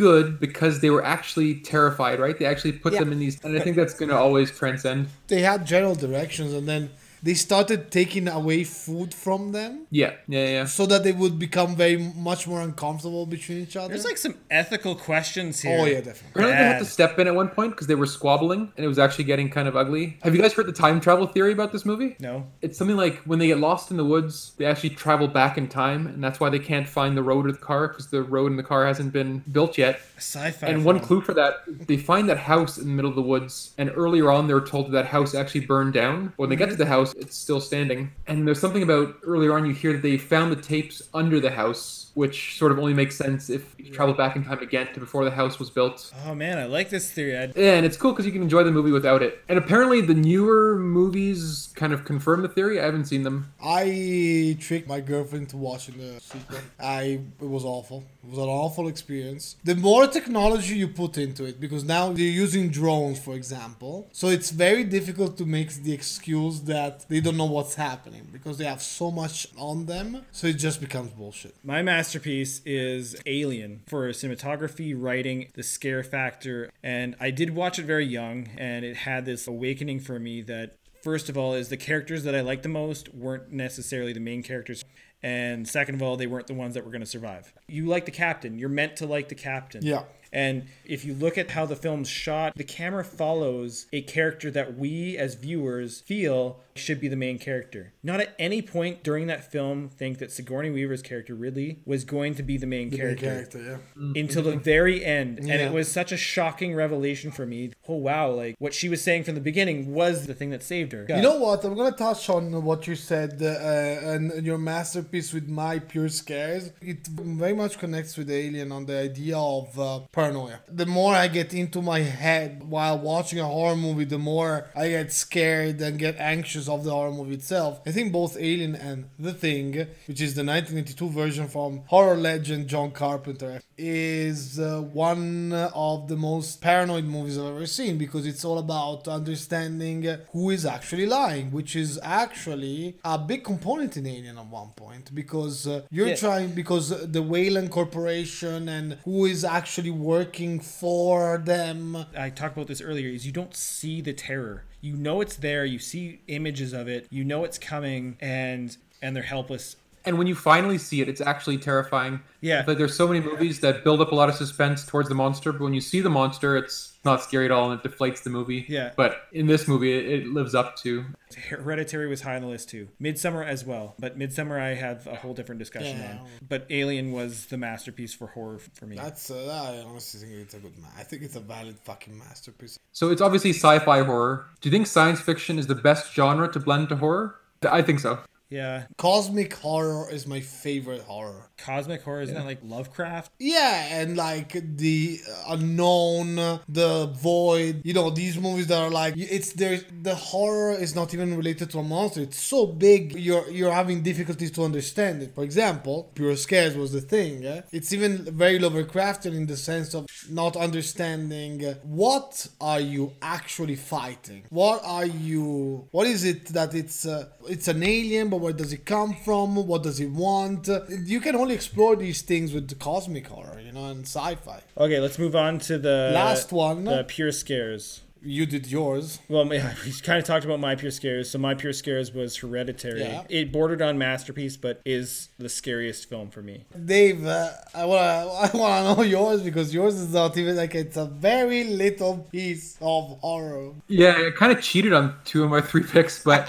C: good because they were actually terrified, right? They actually put
A: Yeah.
C: them in these, and I think that's going to always transcend.
A: They had general directions, and then they started taking away food from them
C: Yeah, yeah, yeah.
A: so that they would become very much more uncomfortable between each other.
B: There's like some ethical questions here.
A: oh yeah, definitely.
C: Apparently they had to
B: Bad.
C: step in at one point because they were squabbling and it was actually getting kind of ugly. Have you guys heard the time travel theory about this movie?
B: No.
C: It's something like when they get lost in the woods, they actually travel back in time, and that's why they can't find the road or the car because the road and the car hasn't been built yet.
B: Sci-fi.
C: And one
B: film.
C: clue for that, they find that house in the middle of the woods, and earlier on they were told that, that house actually burned down. When they get to the house, it's still standing. And there's something about earlier on you hear that they found the tapes under the house, which sort of only makes sense if you travel back in time again to before the house was built.
B: Oh man, I like this theory. I,
C: Yeah, and it's cool because you can enjoy the movie without it. And apparently the newer movies kind of confirm the theory. I haven't seen them.
A: I tricked my girlfriend to watching the sequel. I it was awful. It was an awful experience. The more technology you put into it, because now they're using drones, for example, so it's very difficult to make the excuse that they don't know what's happening because they have so much on them. So it just becomes bullshit.
B: my masterpiece is Alien for cinematography, writing, the scare factor, and I did watch it very young, and it had this awakening for me that first of all is the characters that I liked the most weren't necessarily the main characters. And second of all, they weren't the ones that were going to survive. You like the captain. You're meant to like the captain.
A: Yeah.
B: And if you look at how the film's shot, the camera follows a character that we as viewers feel should be the main character. Not at any point during that film think that Sigourney Weaver's character Ridley was going to be the main character
A: yeah.
B: until the very end. And
A: Yeah.
B: it was such a shocking revelation for me. Oh wow, like what she was saying from the beginning was the thing that saved her.
A: You know what? I'm gonna touch on what you said uh, and your masterpiece with my pure scares. It very much connects with Alien on the idea of uh, paranoia. The more I get into my head while watching a horror movie, the more I get scared and get anxious of the horror movie itself. I think both Alien and The Thing, which is the 1982 version from horror legend John Carpenter, is uh, one of the most paranoid movies I've ever seen because it's all about understanding who is actually lying, which is actually a big component in Alien at one point because uh, you're
B: Yeah.
A: trying because the Wayland Corporation and who is actually working for them
B: I talked about this earlier, is you don't see the terror. You know it's there, you see images of it, you know it's coming, and and they're helpless.
C: And when you finally see it, it's actually terrifying.
B: Yeah.
C: Like there's so many movies that build up a lot of suspense towards the monster, but when you see the monster, it's not scary at all and it deflates the movie.
B: Yeah.
C: But in this movie, it, it lives up to.
B: Hereditary was high on the list too. Midsummer as well, but Midsummer I have a whole different discussion
A: Yeah.
B: on. But Alien was the masterpiece for horror f- for me.
A: That's uh, I honestly think it's a good man. I think it's a valid fucking masterpiece.
C: So it's obviously sci-fi horror. Do you think science fiction is the best genre to blend to horror? I think so.
B: yeah,
A: Cosmic horror is my favorite horror.
B: cosmic horror isn't that like Lovecraft?
A: Yeah, and like the unknown, the void. You know these movies that are like it's there. The horror is not even related to a monster. It's so big. You're you're having difficulties to understand it. For example, pure scares was the thing. eh? It's even very Lovecraftian in the sense of not understanding uh, what are you actually fighting. What are you? What is it that it's uh, it's an alien, but where does it come from? What does it want? Uh, You can only explore these things with the cosmic horror, you know, and sci-fi.
B: Okay, let's move on to the
A: Last one.
B: the pure scares.
A: You did yours.
B: Well, yeah, (laughs) we kind of talked about my pure scares. So my pure scares was Hereditary.
A: Yeah.
B: It bordered on masterpiece, but is the scariest film for me.
A: Dave, uh, I wanna (laughs) I wanna know yours because yours is not even like it's a very little piece of horror.
C: Yeah, I kind of cheated on two of my three picks, but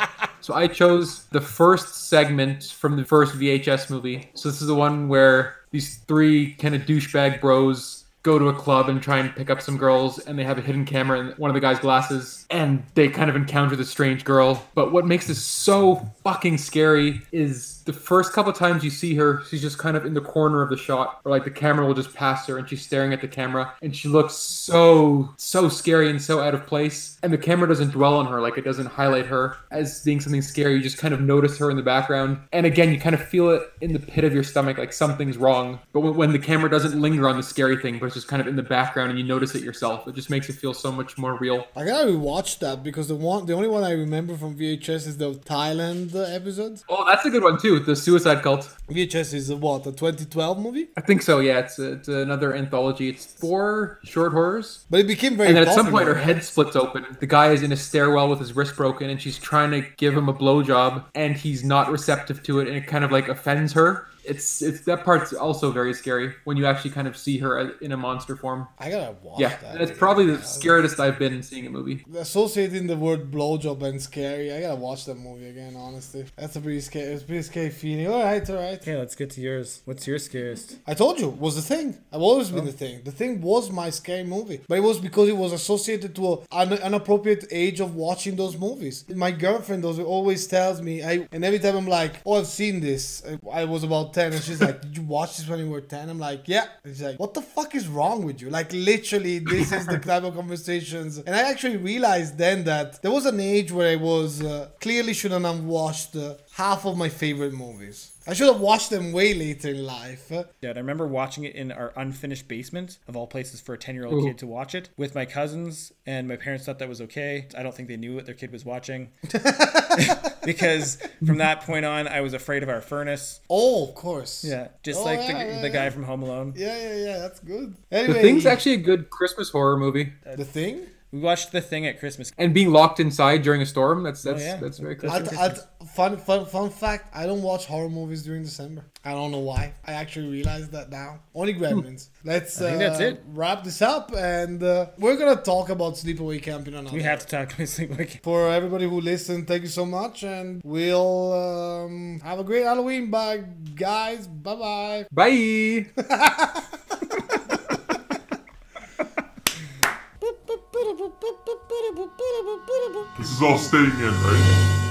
C: so I chose the first segment from the first VHS movie. So this is the one where these three kind of douchebag bros go to a club and try and pick up some girls, and they have a hidden camera in one of the guy's glasses, and they kind of encounter this strange girl. But what makes this so fucking scary is the first couple times you see her, she's just kind of in the corner of the shot, or like the camera will just pass her, and she's staring at the camera, and she looks so so scary and so out of place. And the camera doesn't dwell on her, like it doesn't highlight her as being something scary. You just kind of notice her in the background. And again, you kind of feel it in the pit of your stomach, like something's wrong. But when, when the camera doesn't linger on the scary thing, but it's just kind of in the background and you notice it yourself, it just makes it feel so much more real.
A: I gotta rewatch that because the one the only one I remember from VHS is the Thailand uh, episode.
C: Oh, that's a good one too, the suicide cult.
A: VHS is uh, what a 2012 movie,
C: I think so, yeah. It's, it's another anthology. It's four short horrors.
A: but it became very.
C: And then at some
A: popular.
C: point, her head splits open. The guy is in a stairwell with his wrist broken, and she's trying to give him a blowjob, and he's not receptive to it, and it kind of like offends her. It's it's that part's also very scary when you actually kind of see her as- in a monster form.
A: I gotta watch
C: Yeah,
A: that.
C: that's probably the scariest I've been seeing a movie.
A: associating the word blowjob and scary. I gotta watch that movie again. Honestly, that's a pretty scary. It's a pretty scary feeling. All right, all right.
B: Okay, let's get to yours. What's your scariest?
A: I told you, it was the thing. I've always been the thing. The thing was my scary movie, but it was because it was associated to a, an, an appropriate age of watching those movies. My girlfriend does, always tells me, I and every time I'm like, "Oh, I've seen this." I, I was about ten, and she's like, "Did you watch this when you were 10? I'm like, "Yeah." And she's like, "What the fuck is wrong with you?" Like literally, this is the type of conversations. And I actually realized then that there was an age where I was uh, clearly shouldn't have watched uh, half of my favorite movies. I should have watched them way later in life.
B: Yeah, I remember watching it in our unfinished basement, of all places for a 10 year old kid to watch it, with my cousins, and my parents thought that was okay. I don't think they knew what their kid was
A: (laughs)
B: watching. because from that point on, I was afraid of our furnace.
A: Oh, of course.
B: Yeah, just
A: Oh,
B: like the,
A: yeah, yeah,
B: the
A: yeah.
B: guy from Home Alone.
A: Yeah, yeah, yeah. That's good.
C: The
A: Anyway,
C: Thing's actually a good Christmas horror movie,
A: the thing.
B: We watched The Thing at Christmas.
C: and being locked inside during a storm that's that's
B: yeah.
C: Oh, that's very
A: i
C: Christmas.
A: fun, fun, fun fact. I don't watch horror movies during December. I don't know why. I actually realized that now. Only gremlins. Let's
B: Hmm. think
A: uh,
B: that's it.
A: wrap this up, and uh, we're gonna talk about sleepaway camp in another.
B: We have to talk to Sleep Wicked.
A: For everybody who listened, thank you so much, and we'll um, have a great Halloween. Bye, guys. Bye, bye.
C: Bye.
D: This is all staying in, right?